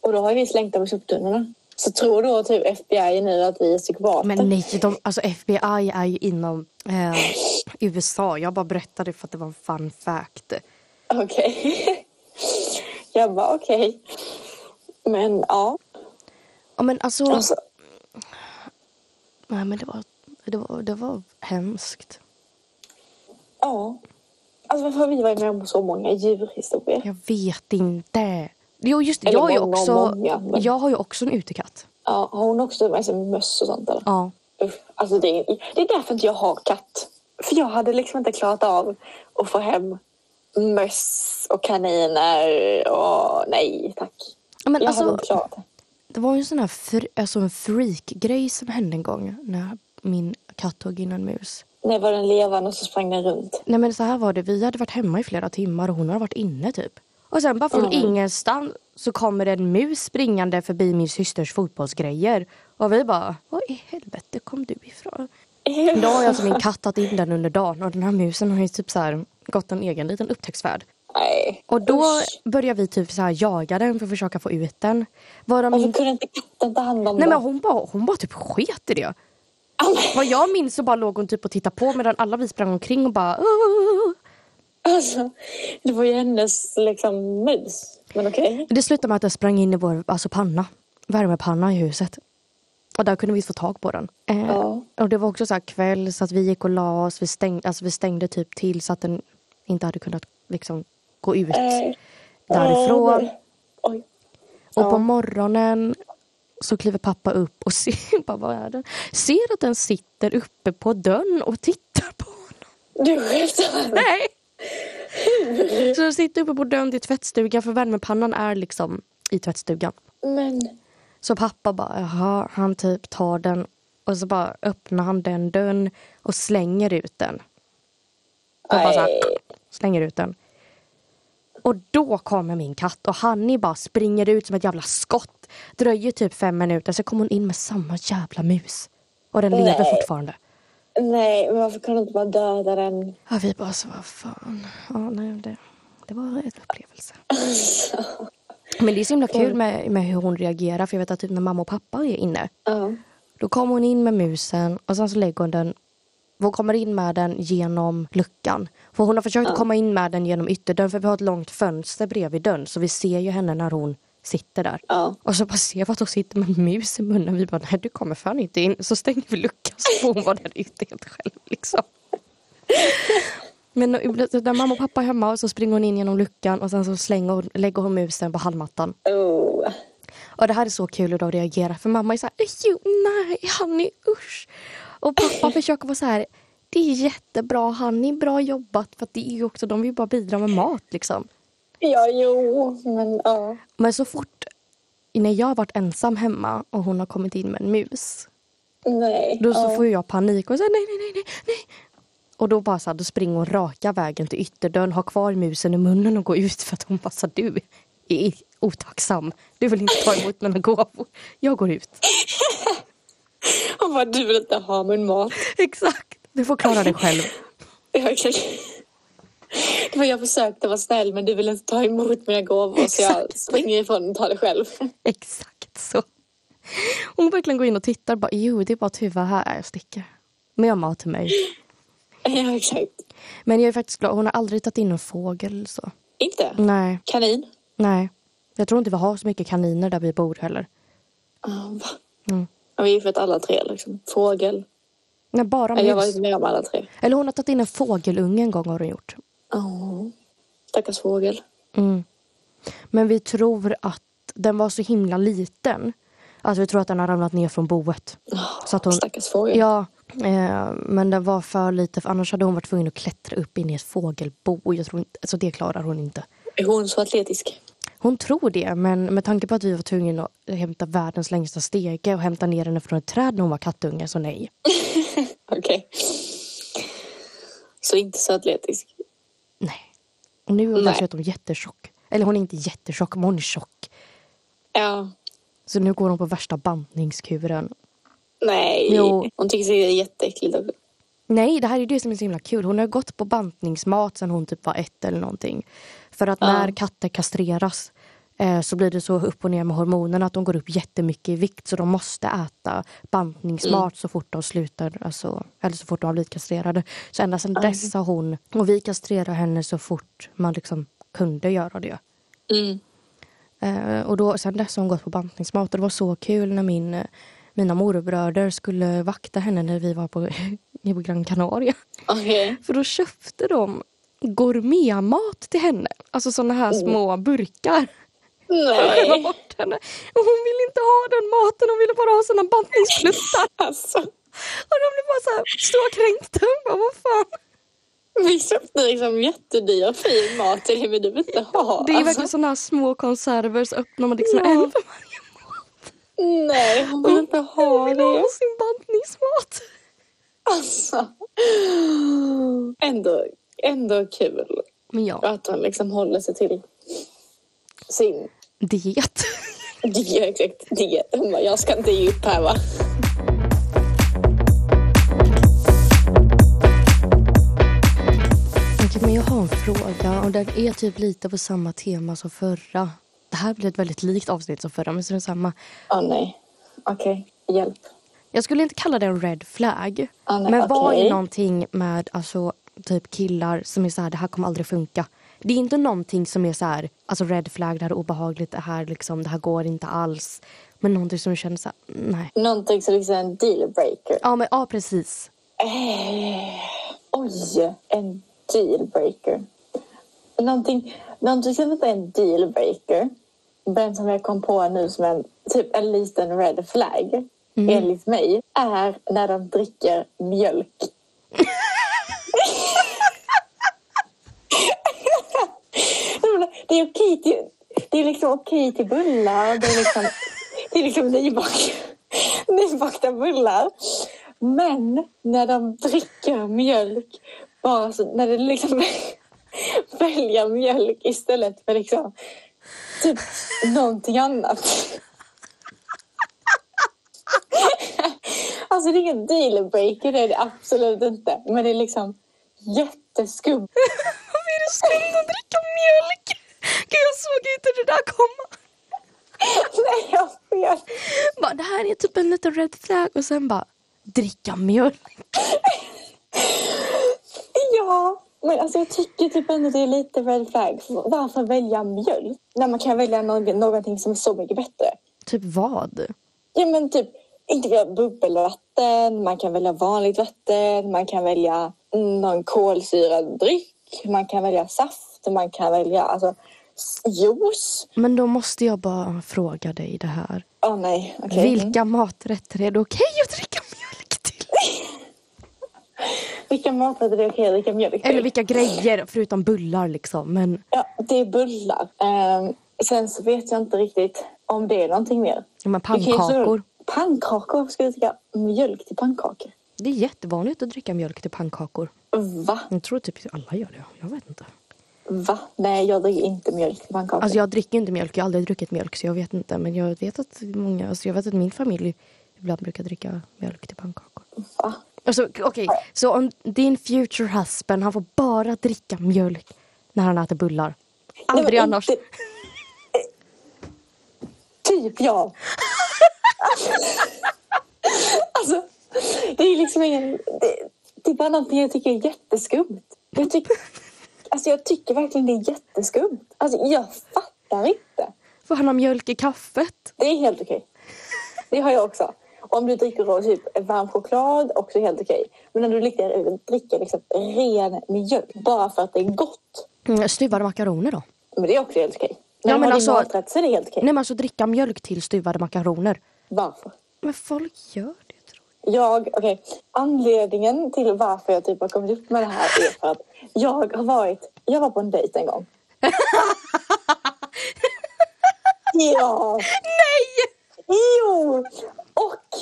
S2: Och då har vi slängt dem i soptunnorna. Så tror då typ FBI nu att vi är psykopater?
S3: Men nej, de, alltså FBI är ju inom eh, USA. Jag bara berättade för att det var en fun fact.
S2: Okej. (laughs) Jag bara okej. Men ja.
S3: Ja, men alltså,
S2: Alltså,
S3: nej, men det var, det var, det var hemskt.
S2: Ja. Alltså varför har vi varit med om så många djurhistorier?
S3: Jag vet inte. Jo, just det.
S2: Eller
S3: Jag, har ju
S2: många och
S3: också,
S2: många, men-
S3: jag har ju också en utekatt.
S2: Ja, har hon också med sig möss och sånt eller?
S3: Ja.
S2: Uff, alltså det, är, det är därför inte jag har katt. För jag hade liksom inte klarat av att få hem möss och kaniner och nej tack.
S3: Ja, Men
S2: jag hade
S3: alltså,
S2: inte klarat det.
S3: det var ju en sån här fr- alltså en freak-grej som hände en gång när min katt tog in en mus.
S2: När var den levande och så sprang den runt.
S3: Nej men så här var det, vi hade varit hemma i flera timmar och hon hade varit inne typ. Och sen bara från ingenstans så kommer en mus springande förbi min systers fotbollsgrejer. Och vi bara, vad i helvete kom du ifrån? Då har jag alltså min katt tagit in den under dagen och den här musen har ju typ så här gått en egen liten upptäcktsfärd.
S2: (laughs) Nej.
S3: Och då
S2: Usch.
S3: börjar vi typ så här jaga den för att försöka få ut den. Varav
S2: Varför
S3: min...
S2: kunde inte katten ta hand om
S3: Nej men
S2: den?
S3: hon bara, hon bara typ sket i det. Vad jag minns så bara låg hon typ och tittade på medan alla vi sprang omkring
S2: (gasps)
S3: och bara "Åh."
S2: (laughs) Alltså, det var ju hennes liksom mus. Men okej.
S3: Det slutade med att jag sprang in i vår alltså panna, värmepanna i huset. Och där kunde vi få tag på den. Eh,
S2: Ja.
S3: Och det var också så här kväll så att vi gick och la oss. Vi stängde, alltså vi stängde typ till så att den inte hade kunnat liksom gå ut
S2: Nej.
S3: därifrån.
S2: Eh. Åh, Oj.
S3: Och
S2: Ja.
S3: på morgonen så kliver pappa upp och ser, (laughs) bara, vad är det? ser att den sitter uppe på dörren och tittar på honom.
S2: Du skämtar?
S3: Nej! Så den sitter uppe på dörren till tvättstugan för värmepannan är liksom i tvättstugan.
S2: Men
S3: Så pappa bara, jaha, han typ tar den och så bara öppnar han den dörren och slänger ut den. Och bara så här,
S2: Nej.
S3: slänger ut den. Och då kommer min katt och Hanni bara springer ut som ett jävla skott. Dröjer typ fem minuter, så kommer hon in med samma jävla mus. Och den lever
S2: Nej.
S3: fortfarande.
S2: nej, men varför kunde du inte bara döda den?
S3: Ja, vi bara så, vad fan. Ja, nej, det, det var en upplevelse.
S2: Alltså.
S3: Men det är så himla kul med, med hur hon reagerar. För jag vet att typ när mamma och pappa är inne.
S2: Ja.
S3: Då kommer hon in med musen och sen så lägger hon den hon kommer in med den genom luckan. För hon har försökt komma in med den genom ytterdörren för vi har ett långt fönster bredvid dörren så vi ser ju henne när hon sitter där.
S2: Ja.
S3: Och så bara ser vi att hon sitter med en mus i munnen. Vi bara, nej du kommer fan inte in. Så stänger vi luckan så får hon vara där ute helt själv liksom. Men när mamma och pappa är hemma och så springer hon in genom luckan och sen så slänger hon, lägger hon musen på hallmattan.
S2: Oh.
S3: Och det här är så kul hur de reagerar för mamma är så här, "Jo, nej Hanni usch. Och pappa försöker vara så här, det är jättebra Hanni, bra jobbat för att det är ju också, de vill ju bara bidra med mat liksom.
S2: Ja, jo, men ja.
S3: Men så fort, när jag har varit ensam hemma och hon har kommit in med en mus,
S2: Nej.
S3: då så
S2: ja.
S3: får jag panik och säger nej, nej, nej, nej, nej. Och då bara så här, då springer hon raka vägen till ytterdörren, har kvar musen i munnen och går ut för att hon bara så här, du är otacksam. Du vill inte ta emot mina gåvor. Jag går ut.
S2: Hon bara, du vill inte ha min mat.
S3: (laughs) Exakt. Du får klara dig själv.
S2: Ja, exakt. Det var jag försökte vara snäll men du ville inte ta emot mina gåvor så jag
S3: Exakt.
S2: springer ifrån och tar det själv.
S3: (laughs) Exakt så. Hon verkligen går in och tittar bara, jo det är bara tuva här, jag sticker. Men jag har mat till mig.
S2: Ja, exakt.
S3: Men jag är faktiskt glad, hon har aldrig tagit in en fågel eller så.
S2: Inte?
S3: Nej,
S2: Kanin?
S3: nej. Jag tror inte vi har så mycket kaniner där vi bor heller.
S2: Ja, va?
S3: Mm.
S2: Ja, Vi har ju fått alla tre liksom. Fågel.
S3: Nej, bara
S2: Ja, Jag har
S3: mus.
S2: varit med om alla tre.
S3: Eller hon har tagit in en fågelunge en gång har hon gjort.
S2: Oh. Stackars fågel.
S3: Mm. Men vi tror att den var så himla liten. Alltså vi tror att den har ramlat ner från boet. Så att hon,
S2: Stackars fågel.
S3: ja, eh, men den var för liten för annars hade hon varit tvungen att klättra upp in i ett fågelbo. Jag tror inte, alltså det klarar hon inte.
S2: Är hon så atletisk?
S3: Hon tror det, men med tanke på att vi var tvungna att hämta världens längsta stege och hämta ner henne från ett träd när hon var kattunge, så nej.
S2: Okej. Så inte så atletisk.
S3: Nej. Och nu är hon
S2: Nej.
S3: dessutom jättetjock. Eller hon är inte jättetjock, men hon är tjock.
S2: Ja.
S3: Så nu går hon på värsta bantningskuren.
S2: Nej.
S3: Jo.
S2: Hon tycker sig är jätteäckligt också.
S3: Nej, det här är det som är så himla kul. Hon har gått på bantningsmat sedan hon typ var ett eller någonting. För att
S2: Ja.
S3: när katter kastreras eh, så blir det så upp och ner med hormonerna att de går upp jättemycket i vikt så de måste äta bantningsmat så fort de slutar, alltså, eller så fort de har blivit kastrerade. Så ända sedan dess har hon, och vi kastrerar henne så fort man liksom kunde göra det.
S2: Mm.
S3: Eh, och då, sen dess har hon gått på bantningsmat och det var så kul när min, eh, mina morbröder skulle vakta henne när vi var på, (laughs) på Gran Canaria.
S2: Okej.
S3: För då köpte de gourmetmat till henne. Alltså såna här små burkar. Skälla
S2: Nej.
S3: (laughs) bort henne. Och hon ville inte ha den maten, hon ville bara ha sina bantningspluttar.
S2: Alltså.
S3: Och de blev bara så, här, så kränkta. Hon bara, vad fan.
S2: Vi köpte liksom jättedyr fin mat till det men du vill inte ha.
S3: Det är
S2: alltså.
S3: verkligen såna här små konserver så öppnar man liksom en för varje
S2: Nej, hon vill inte ha
S3: Hon vill
S2: det.
S3: ha sin bantningsmat.
S2: Alltså. Ändå, ändå kul
S3: Men ja,
S2: att hon liksom håller sig till sin
S3: diet.
S2: diet. exakt, diet. Hon bara, jag ska inte ge upp här va.
S3: Okej, men jag har en fråga och den är typ lite på samma tema som förra. Det här blir ett väldigt likt avsnitt som förra, men så är det samma.
S2: Åh nej. Okej, hjälp.
S3: Jag skulle inte kalla det en red flag.
S2: Ah, nej,
S3: men vad är
S2: okej.
S3: någonting med alltså, typ killar som är så här, det här kommer aldrig funka. Det är inte någonting som är så här, alltså red flag, det här är obehagligt, det här, liksom, det här går inte alls. Men någonting som känns så här, nej.
S2: Någonting som liksom är en dealbreaker.
S3: Ja, men ja, precis.
S2: Eh, oj, en dealbreaker. Någonting, någonting som inte är en dealbreaker, men som jag kom på nu som en, typ en liten red flag, enligt mig, är när de dricker mjölk. Jag menar, (laughs) det är okej till, det är liksom okej till bullar, och det är liksom, det är liksom nybak, (laughs) nybakta bullar. Men när de dricker mjölk, bara så, när de liksom (laughs) väljer mjölk istället för liksom typ någonting annat. (laughs) Alltså det är ingen dealbreaker, det är det absolut inte. Men det är liksom jätteskumt. (laughs)
S3: Varför är det skumt att dricka mjölk? Gud, jag såg inte det där komma.
S2: Nej, jag vet.
S3: Bara, det här är typ en liten red flag och sen bara, dricka mjölk.
S2: Ja, men alltså jag tycker typ ändå det är lite red flag. Varför välja mjölk när man kan välja någon, någonting som är så mycket bättre?
S3: Typ vad?
S2: Ja, men typ inte välja bubbelvatten, man kan välja vanligt vatten, man kan välja någon kolsyrad dryck, man kan välja saft, man kan välja alltså s- juice.
S3: Men då måste jag bara fråga dig det här.
S2: Åh nej, okej.
S3: Vilka maträtter är det okej att dricka mjölk till?
S2: Vilka maträtter är okej att dricka mjölk till?
S3: Eller vilka grejer, förutom bullar liksom. Men
S2: Ja, det är bullar. Ehm, sen så vet jag inte riktigt om det är någonting mer.
S3: Ja, men
S2: Det kan ju så-
S3: pannkakor.
S2: Pannkakor? Varför ska vi dricka mjölk till pannkakor?
S3: det är jättevanligt att dricka mjölk till pannkakor.
S2: Va?
S3: Jag tror typ alla gör det. Jag vet inte.
S2: Va? Nej, jag dricker inte mjölk till pannkakor.
S3: Alltså jag dricker inte mjölk. Jag har aldrig druckit mjölk så jag vet inte. Men jag vet att många, alltså jag vet att min familj ibland brukar dricka mjölk till pannkakor.
S2: Va?
S3: Alltså okej, så om din future husband han får bara dricka mjölk när han äter bullar.
S2: Nej, men
S3: Aldrig
S2: inte- Eh,
S3: annars.
S2: Typ ja. (laughs) alltså, det är liksom ingen... Det, det är bara någonting jag tycker är jätteskumt. Jag, tyck, alltså, jag tycker verkligen det är jätteskumt. Alltså, jag fattar inte.
S3: För han har mjölk i kaffet.
S2: Det är helt okej. Det har jag också. Om du dricker rå- typ varm choklad, också helt okej. Men när du dricker, dricker liksom ren mjölk bara för att det är gott,
S3: Mm, Stuvade makaroner då?
S2: men det är också helt okej. Men,
S3: Ja, men
S2: har
S3: alltså-
S2: din maträtt så är det helt okej.
S3: Nej men alltså dricka mjölk till stuvade makaroner.
S2: Varför?
S3: Men folk gör det tror
S2: Jag, okej. Anledningen till varför jag typ har kommit upp med det här är för att jag har varit, jag var på en dejt en gång. ja! Nej! Jo! Och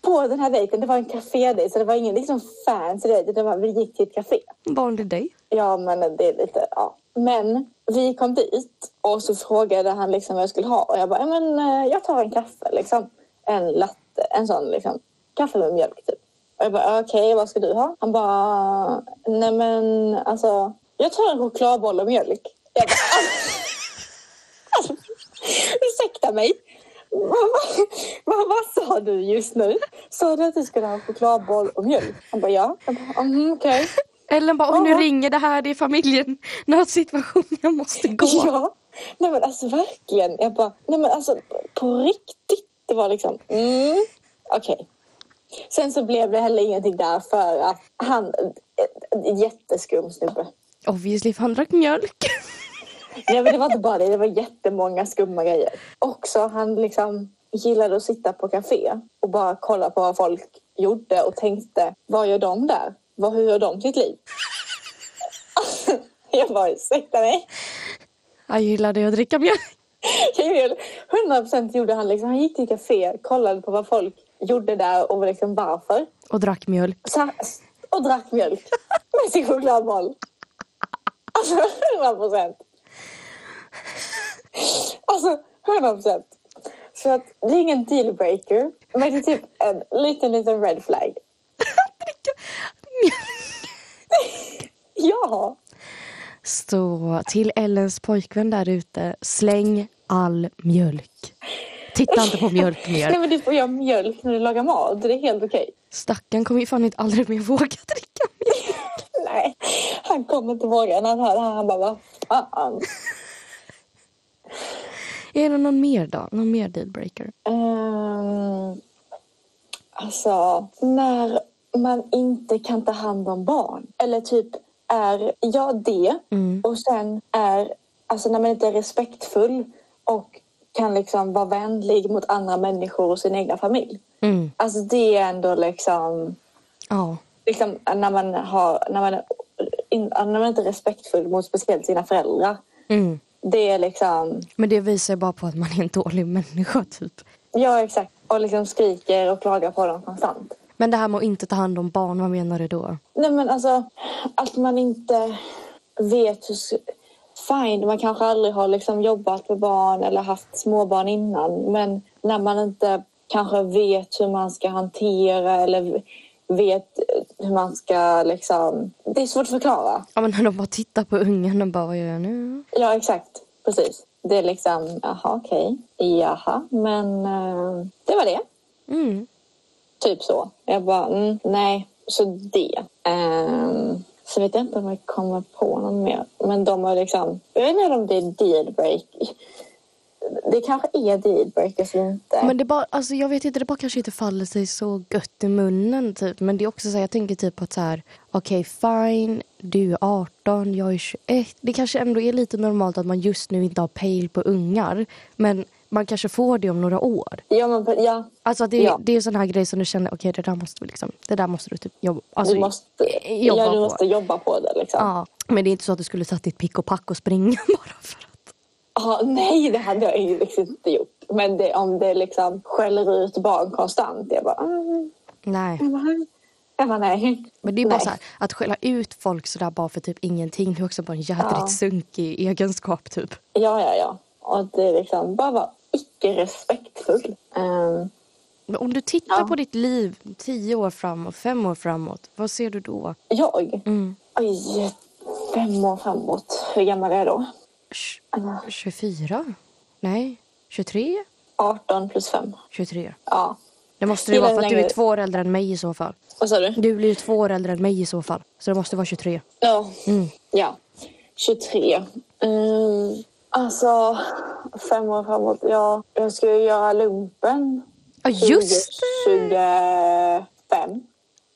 S2: på den här dejten, det var en kafédejt så det var ingen liksom fancy dejt utan det var- vi gick till ett café.
S3: jag. Vanlig dig.
S2: Ja, men det är lite... Ja. Men vi kom dit och så frågade han liksom vad jag skulle ha. Och jag bara, "Ja, men eh, jag tar en kaffe, liksom. En latte, en sån liksom. Kaffe med mjölk, typ. Och jag bara, okej, vad ska du ha? Han bara, nej men alltså, jag tar en chokladboll och mjölk. Jag bara, alltså, (laughs) ursäkta mig. Vad, vad, vad, vad sa du just nu? Sa du att du skulle ha chokladboll och mjölk? Han bara, ja. Jag bara, mm, okej.
S3: Ellen bara, oh, nu
S2: Ja.
S3: ringer det här, det är familjen. (laughs) Nödsituation, jag måste (laughs) gå.
S2: Ja, nej men alltså verkligen. Jag bara, nej men alltså på riktigt. Det var liksom, mm, okej. Sen så blev det heller ingenting där för att han, en- en jätteskum snubbe.
S3: Obviously, för han drack (laughs) mjölk.
S2: Nej men det var inte bara det, det var jättemånga skumma grejer. Också han liksom gillade att sitta på café och bara kolla på vad folk gjorde och tänkte, vad gör de där? Vad, hur gör de sitt liv? (laughs) Jag bara, ursäkta mig.
S3: Jag gillade att dricka mjölk.
S2: (laughs) Kul! 100% gjorde han liksom. Han gick till café, kollade på vad folk gjorde där och liksom varför.
S3: Och drack mjölk.
S2: Så, och drack mjölk (laughs) med sin chokladboll. Alltså 100%! Alltså 100%! Så att det är ingen dealbreaker, men det är typ en liten, liten red
S3: (laughs)
S2: flag. Ja!
S3: Så till Ellens pojkvän där ute, släng all mjölk. Titta inte (laughs) på mjölk
S2: Nej
S3: mer.
S2: men du får göra mjölk när du lagar mat, det är helt okej.
S3: Stackarn kommer ju fan inte aldrig mer våga (laughs) dricka mjölk.
S2: Nej, han kommer inte våga när han hör det här. Han bara, vad fan.
S3: Är det någon mer då? Någon mer dealbreaker?
S2: Um, alltså, när man inte kan ta hand om barn. Eller typ är jag det
S3: Mm.
S2: och sen är, alltså när man inte är respektfull och kan liksom vara vänlig mot andra människor och sin egna familj.
S3: Mm.
S2: Alltså det är ändå liksom,
S3: Ja.
S2: liksom när man har, när man, är, in, när man inte är respektfull mot speciellt sina föräldrar.
S3: Mm.
S2: Det är liksom,
S3: Men det visar ju bara på att man är en dålig människa typ.
S2: ja exakt. Och liksom skriker och klagar på dem konstant.
S3: Men det här med att inte ta hand om barn, vad menar du då?
S2: Nej men alltså att man inte vet hur... s- Fine, man kanske aldrig har liksom jobbat med barn eller haft småbarn innan men när man inte kanske vet hur man ska hantera eller vet hur man ska liksom... Det är svårt att förklara.
S3: Ja men när de bara tittar på ungen och bara vad gör jag nu?
S2: Ja, exakt. Precis. Det är liksom, jaha okej, jaha, men eh, det var det.
S3: Mm.
S2: Typ så. Jag bara, mm, nej. Så det. Um, så vet jag inte om jag kommer på någon mer. Men de har liksom... Jag vet inte om det är dealbreak. Det kanske är dealbreakers eller inte.
S3: Men det bara, alltså jag vet inte, det bara kanske inte faller sig så gött i munnen typ. Men det är också så här, jag tänker typ att så här, okej fine, du är 18, jag är 21. Det kanske ändå är lite normalt att man just nu inte har pejl på ungar. Men man kanske får det om några år.
S2: Ja, men på- ja.
S3: Alltså att det,
S2: Ja.
S3: det är sån här grej som du känner, okej det där måste vi liksom, det där måste du typ jobba, alltså,
S2: du måste
S3: jobba
S2: ja, du
S3: på.
S2: måste jobba på det liksom.
S3: Ja, men det är inte så att du skulle tagit ditt pick och pack och springa (laughs) bara för att.
S2: Ja, nej, det hade jag ju liksom inte gjort. Men det, om det liksom skäller ut barn konstant. Jag bara, mm,
S3: Nej.
S2: jag bara, jag bara nej.
S3: Men det är bara
S2: Nej.
S3: så här, att skälla ut folk sådär bara för typ ingenting, det är också bara en jädrigt
S2: Ja.
S3: sunkig egenskap typ.
S2: Ja, ja, ja. Och det är liksom bara vara icke respektfull. Ehm,
S3: Men om du tittar
S2: Ja.
S3: på ditt liv tio år framåt, fem år framåt, vad ser du då?
S2: Jag?
S3: Mm.
S2: Oj, fem år framåt. Hur gammal är jag då?
S3: Tj-
S2: Ja.
S3: 24? Nej, 23?
S2: 18 plus 5.
S3: 23.
S2: Ja.
S3: Det måste det
S2: Gillar
S3: vara för att du är
S2: längre-
S3: två år äldre än mig i så fall.
S2: Vad sa du?
S3: Du blir ju två år äldre än mig i så fall. Så det måste vara 23.
S2: Ja.
S3: Mm.
S2: ja. 23. Um, alltså, fem år framåt. Ja, jag ska ju göra lumpen.
S3: Ja, just
S2: 2025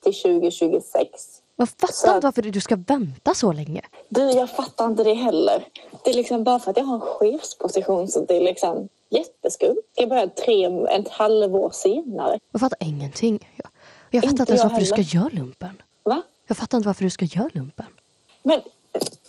S2: till 2026.
S3: Jag
S2: Så
S3: fattar
S2: att-
S3: inte varför du ska vänta så länge.
S2: Du, jag fattar inte det heller. det är liksom bara för att jag har en chefsposition så det är liksom jätteskumt. Jag började tre, ett halvår senare.
S3: Jag fattar ingenting. Jag, jag fattar
S2: Inte
S3: inte ens
S2: jag
S3: varför du
S2: heller.
S3: ska göra lumpen.
S2: Va?
S3: Jag fattar inte varför du ska göra lumpen.
S2: Men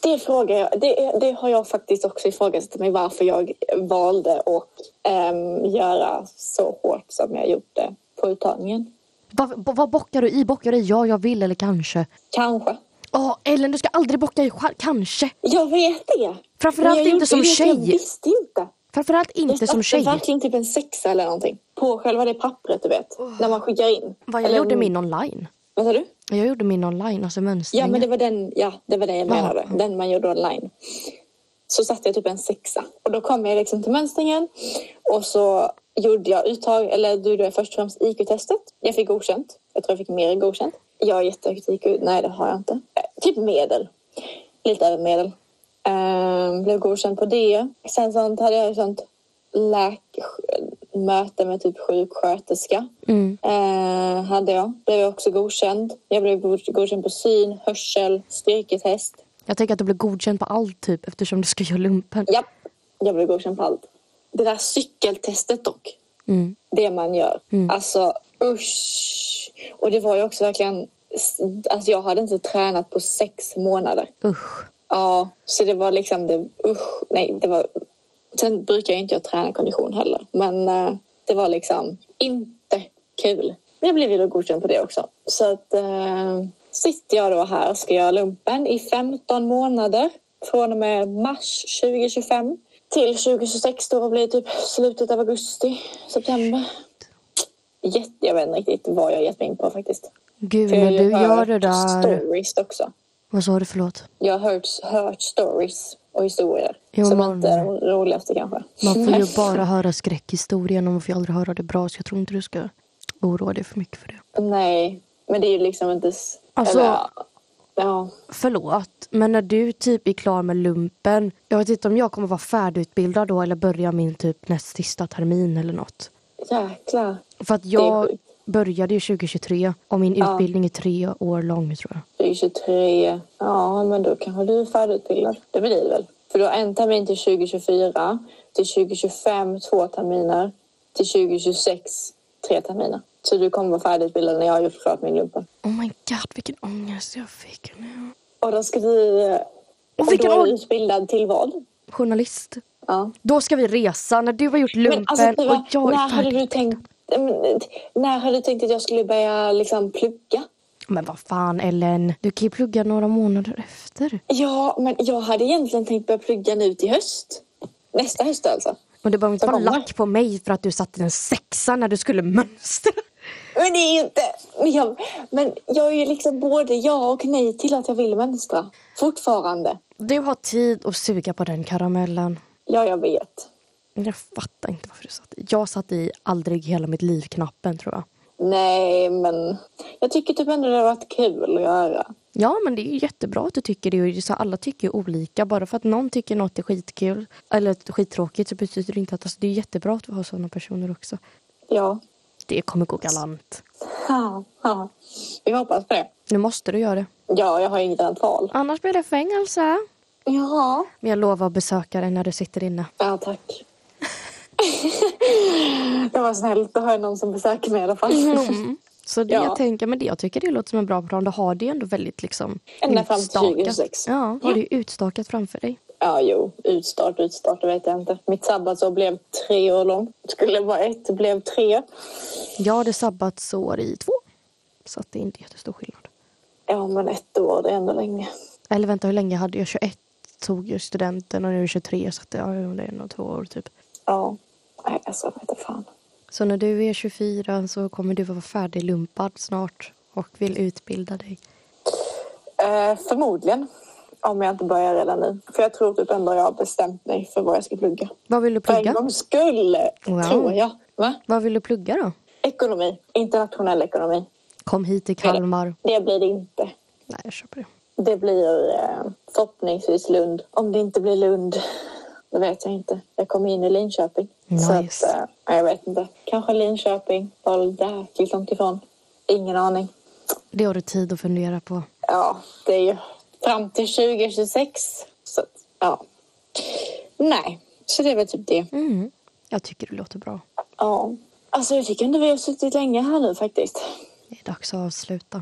S2: det frågar jag. Det, är- det har jag faktiskt också ifrågasatt mig varför jag valde att ehm, göra så hårt som jag gjorde på uttagningen.
S3: Vad, vad bockar du i? Bockar du i ja, jag vill eller kanske?
S2: Kanske.
S3: Åh, Ellen, du ska aldrig bocka i själv. kanske.
S2: Jag vet det.
S3: Framförallt
S2: Men jag
S3: inte
S2: gjorde
S3: som
S2: det för Jag
S3: tjej.
S2: visste inte.
S3: Framförallt inte
S2: Jag satte
S3: som tjej.
S2: verkligen typ en sexa eller någonting. På själva det pappret du vet. När man skickar in.
S3: Vad jag
S2: eller,
S3: gjorde min online.
S2: Vad sa du?
S3: Jag gjorde min online, alltså mönstringen.
S2: Ja, men det var den, ja, det var den jag menade. Den man gjorde online. Så satte jag typ en sexa. Och då kom jag liksom till mönstringen. Och så gjorde jag uttag, eller då gjorde jag först och främst IQ-testet. Jag fick godkänt. Jag tror jag fick mer än godkänt. Jag har jättehögt IQ. Nej, det har jag inte. Eh, Typ medel. Lite över medel. Ehm, blev godkänd på det. Sen sånt hade jag ett sånt läkmöte med typ sjuksköterska.
S3: Mm.
S2: Eh, hade jag. Blev jag också godkänd. Jag blev god- godkänd på syn, hörsel, styrketest.
S3: Jag tänker att du blir godkänd på allt typ eftersom du ska göra lumpen.
S2: Japp, jag blev godkänd på allt. Det där cykeltestet dock.
S3: Mm.
S2: Det man gör. Alltså usch. Och det var ju också verkligen... Alltså jag hade inte tränat på sex månader.
S3: Usch.
S2: Ja, så det var liksom det, usch, nej, det var... Sen brukar jag inte jag träna kondition heller, men eh, det var liksom inte kul. Jag blev ju då godkänd på det också. Så att eh, sitter jag då här och ska göra lumpen i 15 månader från och med mars 2025 till 2026 då blir det typ slutet av augusti, september. Jätte, jag vet inte riktigt vad jag gett mig in på faktiskt.
S3: Gud,
S2: För
S3: när
S2: jag
S3: du
S2: har
S3: gör
S2: hört
S3: det där...
S2: Stories också.
S3: Vad sa du? Förlåt.
S2: Jag har hört, hört stories och historier
S3: Jo,
S2: som
S3: man-
S2: inte är de roligaste kanske.
S3: Man får ju bara höra skräckhistorier. Man får ju aldrig höra det bra. Så jag tror inte du ska oroa dig för mycket för
S2: (laughs)
S3: det.
S2: Nej, men det är ju liksom inte... s-
S3: Alltså-
S2: Eller, ja. ja.
S3: Förlåt, men när du typ är klar med lumpen. Jag vet inte om jag kommer vara färdigutbildad då eller börja min typ näst sista termin eller något.
S2: Jäklar.
S3: För att jag
S2: sjukt.
S3: började ju 2023 och min utbildning är tre år lång tror jag.
S2: Du är 23. Ja, men då kanske du är färdigutbildad. Det blir det väl. För du har en termin till 2024, till 2025 två terminer, till 2026 tre terminer. Så du kommer vara färdigutbildad när jag har gjort klart min lumpen.
S3: Oh my god, vilken ångest jag fick nu.
S2: Och då ska du... Och,
S3: vilken
S2: då är
S3: ål-
S2: du utbildad till vad?
S3: Journalist.
S2: Ja.
S3: Då ska vi resa när du har gjort lumpen
S2: Men alltså, det var,
S3: och jag är
S2: när, hade
S3: färdig.
S2: du tänkt, eh, men, eh, när hade du tänkt att jag skulle börja liksom, plugga?
S3: Men vad fan Ellen, du kan ju plugga några månader efter.
S2: Ja, men jag hade egentligen tänkt börja plugga nu till höst. Nästa höst alltså.
S3: Men du behöver inte
S2: Så
S3: vara
S2: kommer.
S3: lack på mig för att du satte en sexa när du skulle mönstra.
S2: Men det är ju inte... Men jag, men jag är ju liksom både ja och nej till att jag vill mönstra. Fortfarande.
S3: Du har tid att suga på den karamellen.
S2: Ja, jag vet.
S3: Jag fattar inte varför du satt i. Jag satt i aldrig hela mitt liv-knappen tror jag.
S2: Nej, men jag tycker typ ändå det har varit kul att göra.
S3: Ja, men det är ju jättebra att du tycker det. Och det är så här, alla tycker ju olika. Bara för att någon tycker något är skitkul eller skittråkigt så betyder det inte att... Alltså, det är jättebra att vi har sådana personer också.
S2: Ja.
S3: Det kommer gå galant.
S2: Ha, ha. Vi hoppas på det.
S3: Nu måste du göra det.
S2: Ja, jag har inget annat val.
S3: Annars blir det fängelse.
S2: Ja.
S3: Men jag lovar att besöka dig när du sitter inne.
S2: Ja, tack. (laughs) det var snällt. Då har jag någon som besöker mig i alla fall.
S3: Mm. Så det
S2: Ja.
S3: jag tänker, men det jag tycker det låter som en bra plan. Du har det ju ändå väldigt liksom
S2: Ända fram till
S3: utstakat.
S2: 2026.
S3: Ja, har det ju utstakat framför dig.
S2: (laughs) Ja, jo. Utstart, utstart, det vet jag inte. Mitt sabbatsår blev tre år långt. Skulle vara ett, blev tre.
S3: Jag hade sabbatsår i två. Så att det är inte jättestor skillnad.
S2: Ja, men ett år, det är ändå länge.
S3: Eller vänta, hur länge hade jag? 21 tog jag studenten och nu är jag 23 så att det, ja, det är nog två år typ.
S2: Ja. Nej, alltså, jag vet inte fan.
S3: Så när du är 24 så kommer du vara färdiglumpad snart och vill utbilda dig.
S2: Eh, förmodligen. Om jag inte börjar redan nu. För jag tror typ ändå jag har bestämt mig för vad jag ska plugga.
S3: Vad vill du
S2: För en
S3: plugga?
S2: gångs skull,
S3: Wow.
S2: tror jag. Va?
S3: Vad vill du plugga då?
S2: Ekonomi. Internationell ekonomi.
S3: Kom hit till Kalmar.
S2: Det blir det inte.
S3: Nej, jag köper det.
S2: Det blir eh, förhoppningsvis Lund. Om det inte blir Lund, (laughs) det vet jag inte. Jag kommer in i Linköping.
S3: Nice.
S2: Så att, eh, nej, jag vet inte. Kanske Linköping. Bara jäkligt långt ifrån. Ingen aning.
S3: Det har du tid att fundera på.
S2: Ja, det är ju fram till 2026. Så att, ja. Nej, så det är väl typ det.
S3: Mm. Jag tycker det låter bra.
S2: Ja. Alltså jag tycker ändå vi har suttit länge här nu faktiskt.
S3: Det är dags att avsluta.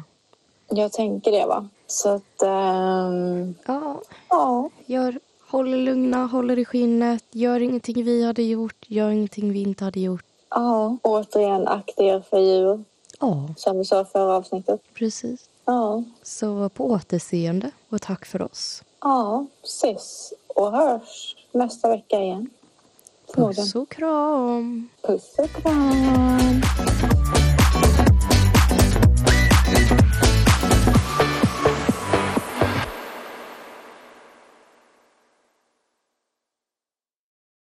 S2: Jag tänker det va. Så att, ehm,
S3: Ja,
S2: ja.
S3: gör, håll er lugna, håll er i skinnet. Gör ingenting vi hade gjort, gör ingenting vi inte hade gjort.
S2: Ja, återigen akta er för djur.
S3: Ja,
S2: Som vi sa i förra avsnittet.
S3: precis.
S2: Ja.
S3: Så på återseende och tack för oss.
S2: Ja, ses och hörs nästa vecka igen. Förmodligen.
S3: Puss och kram.
S2: Puss och kram.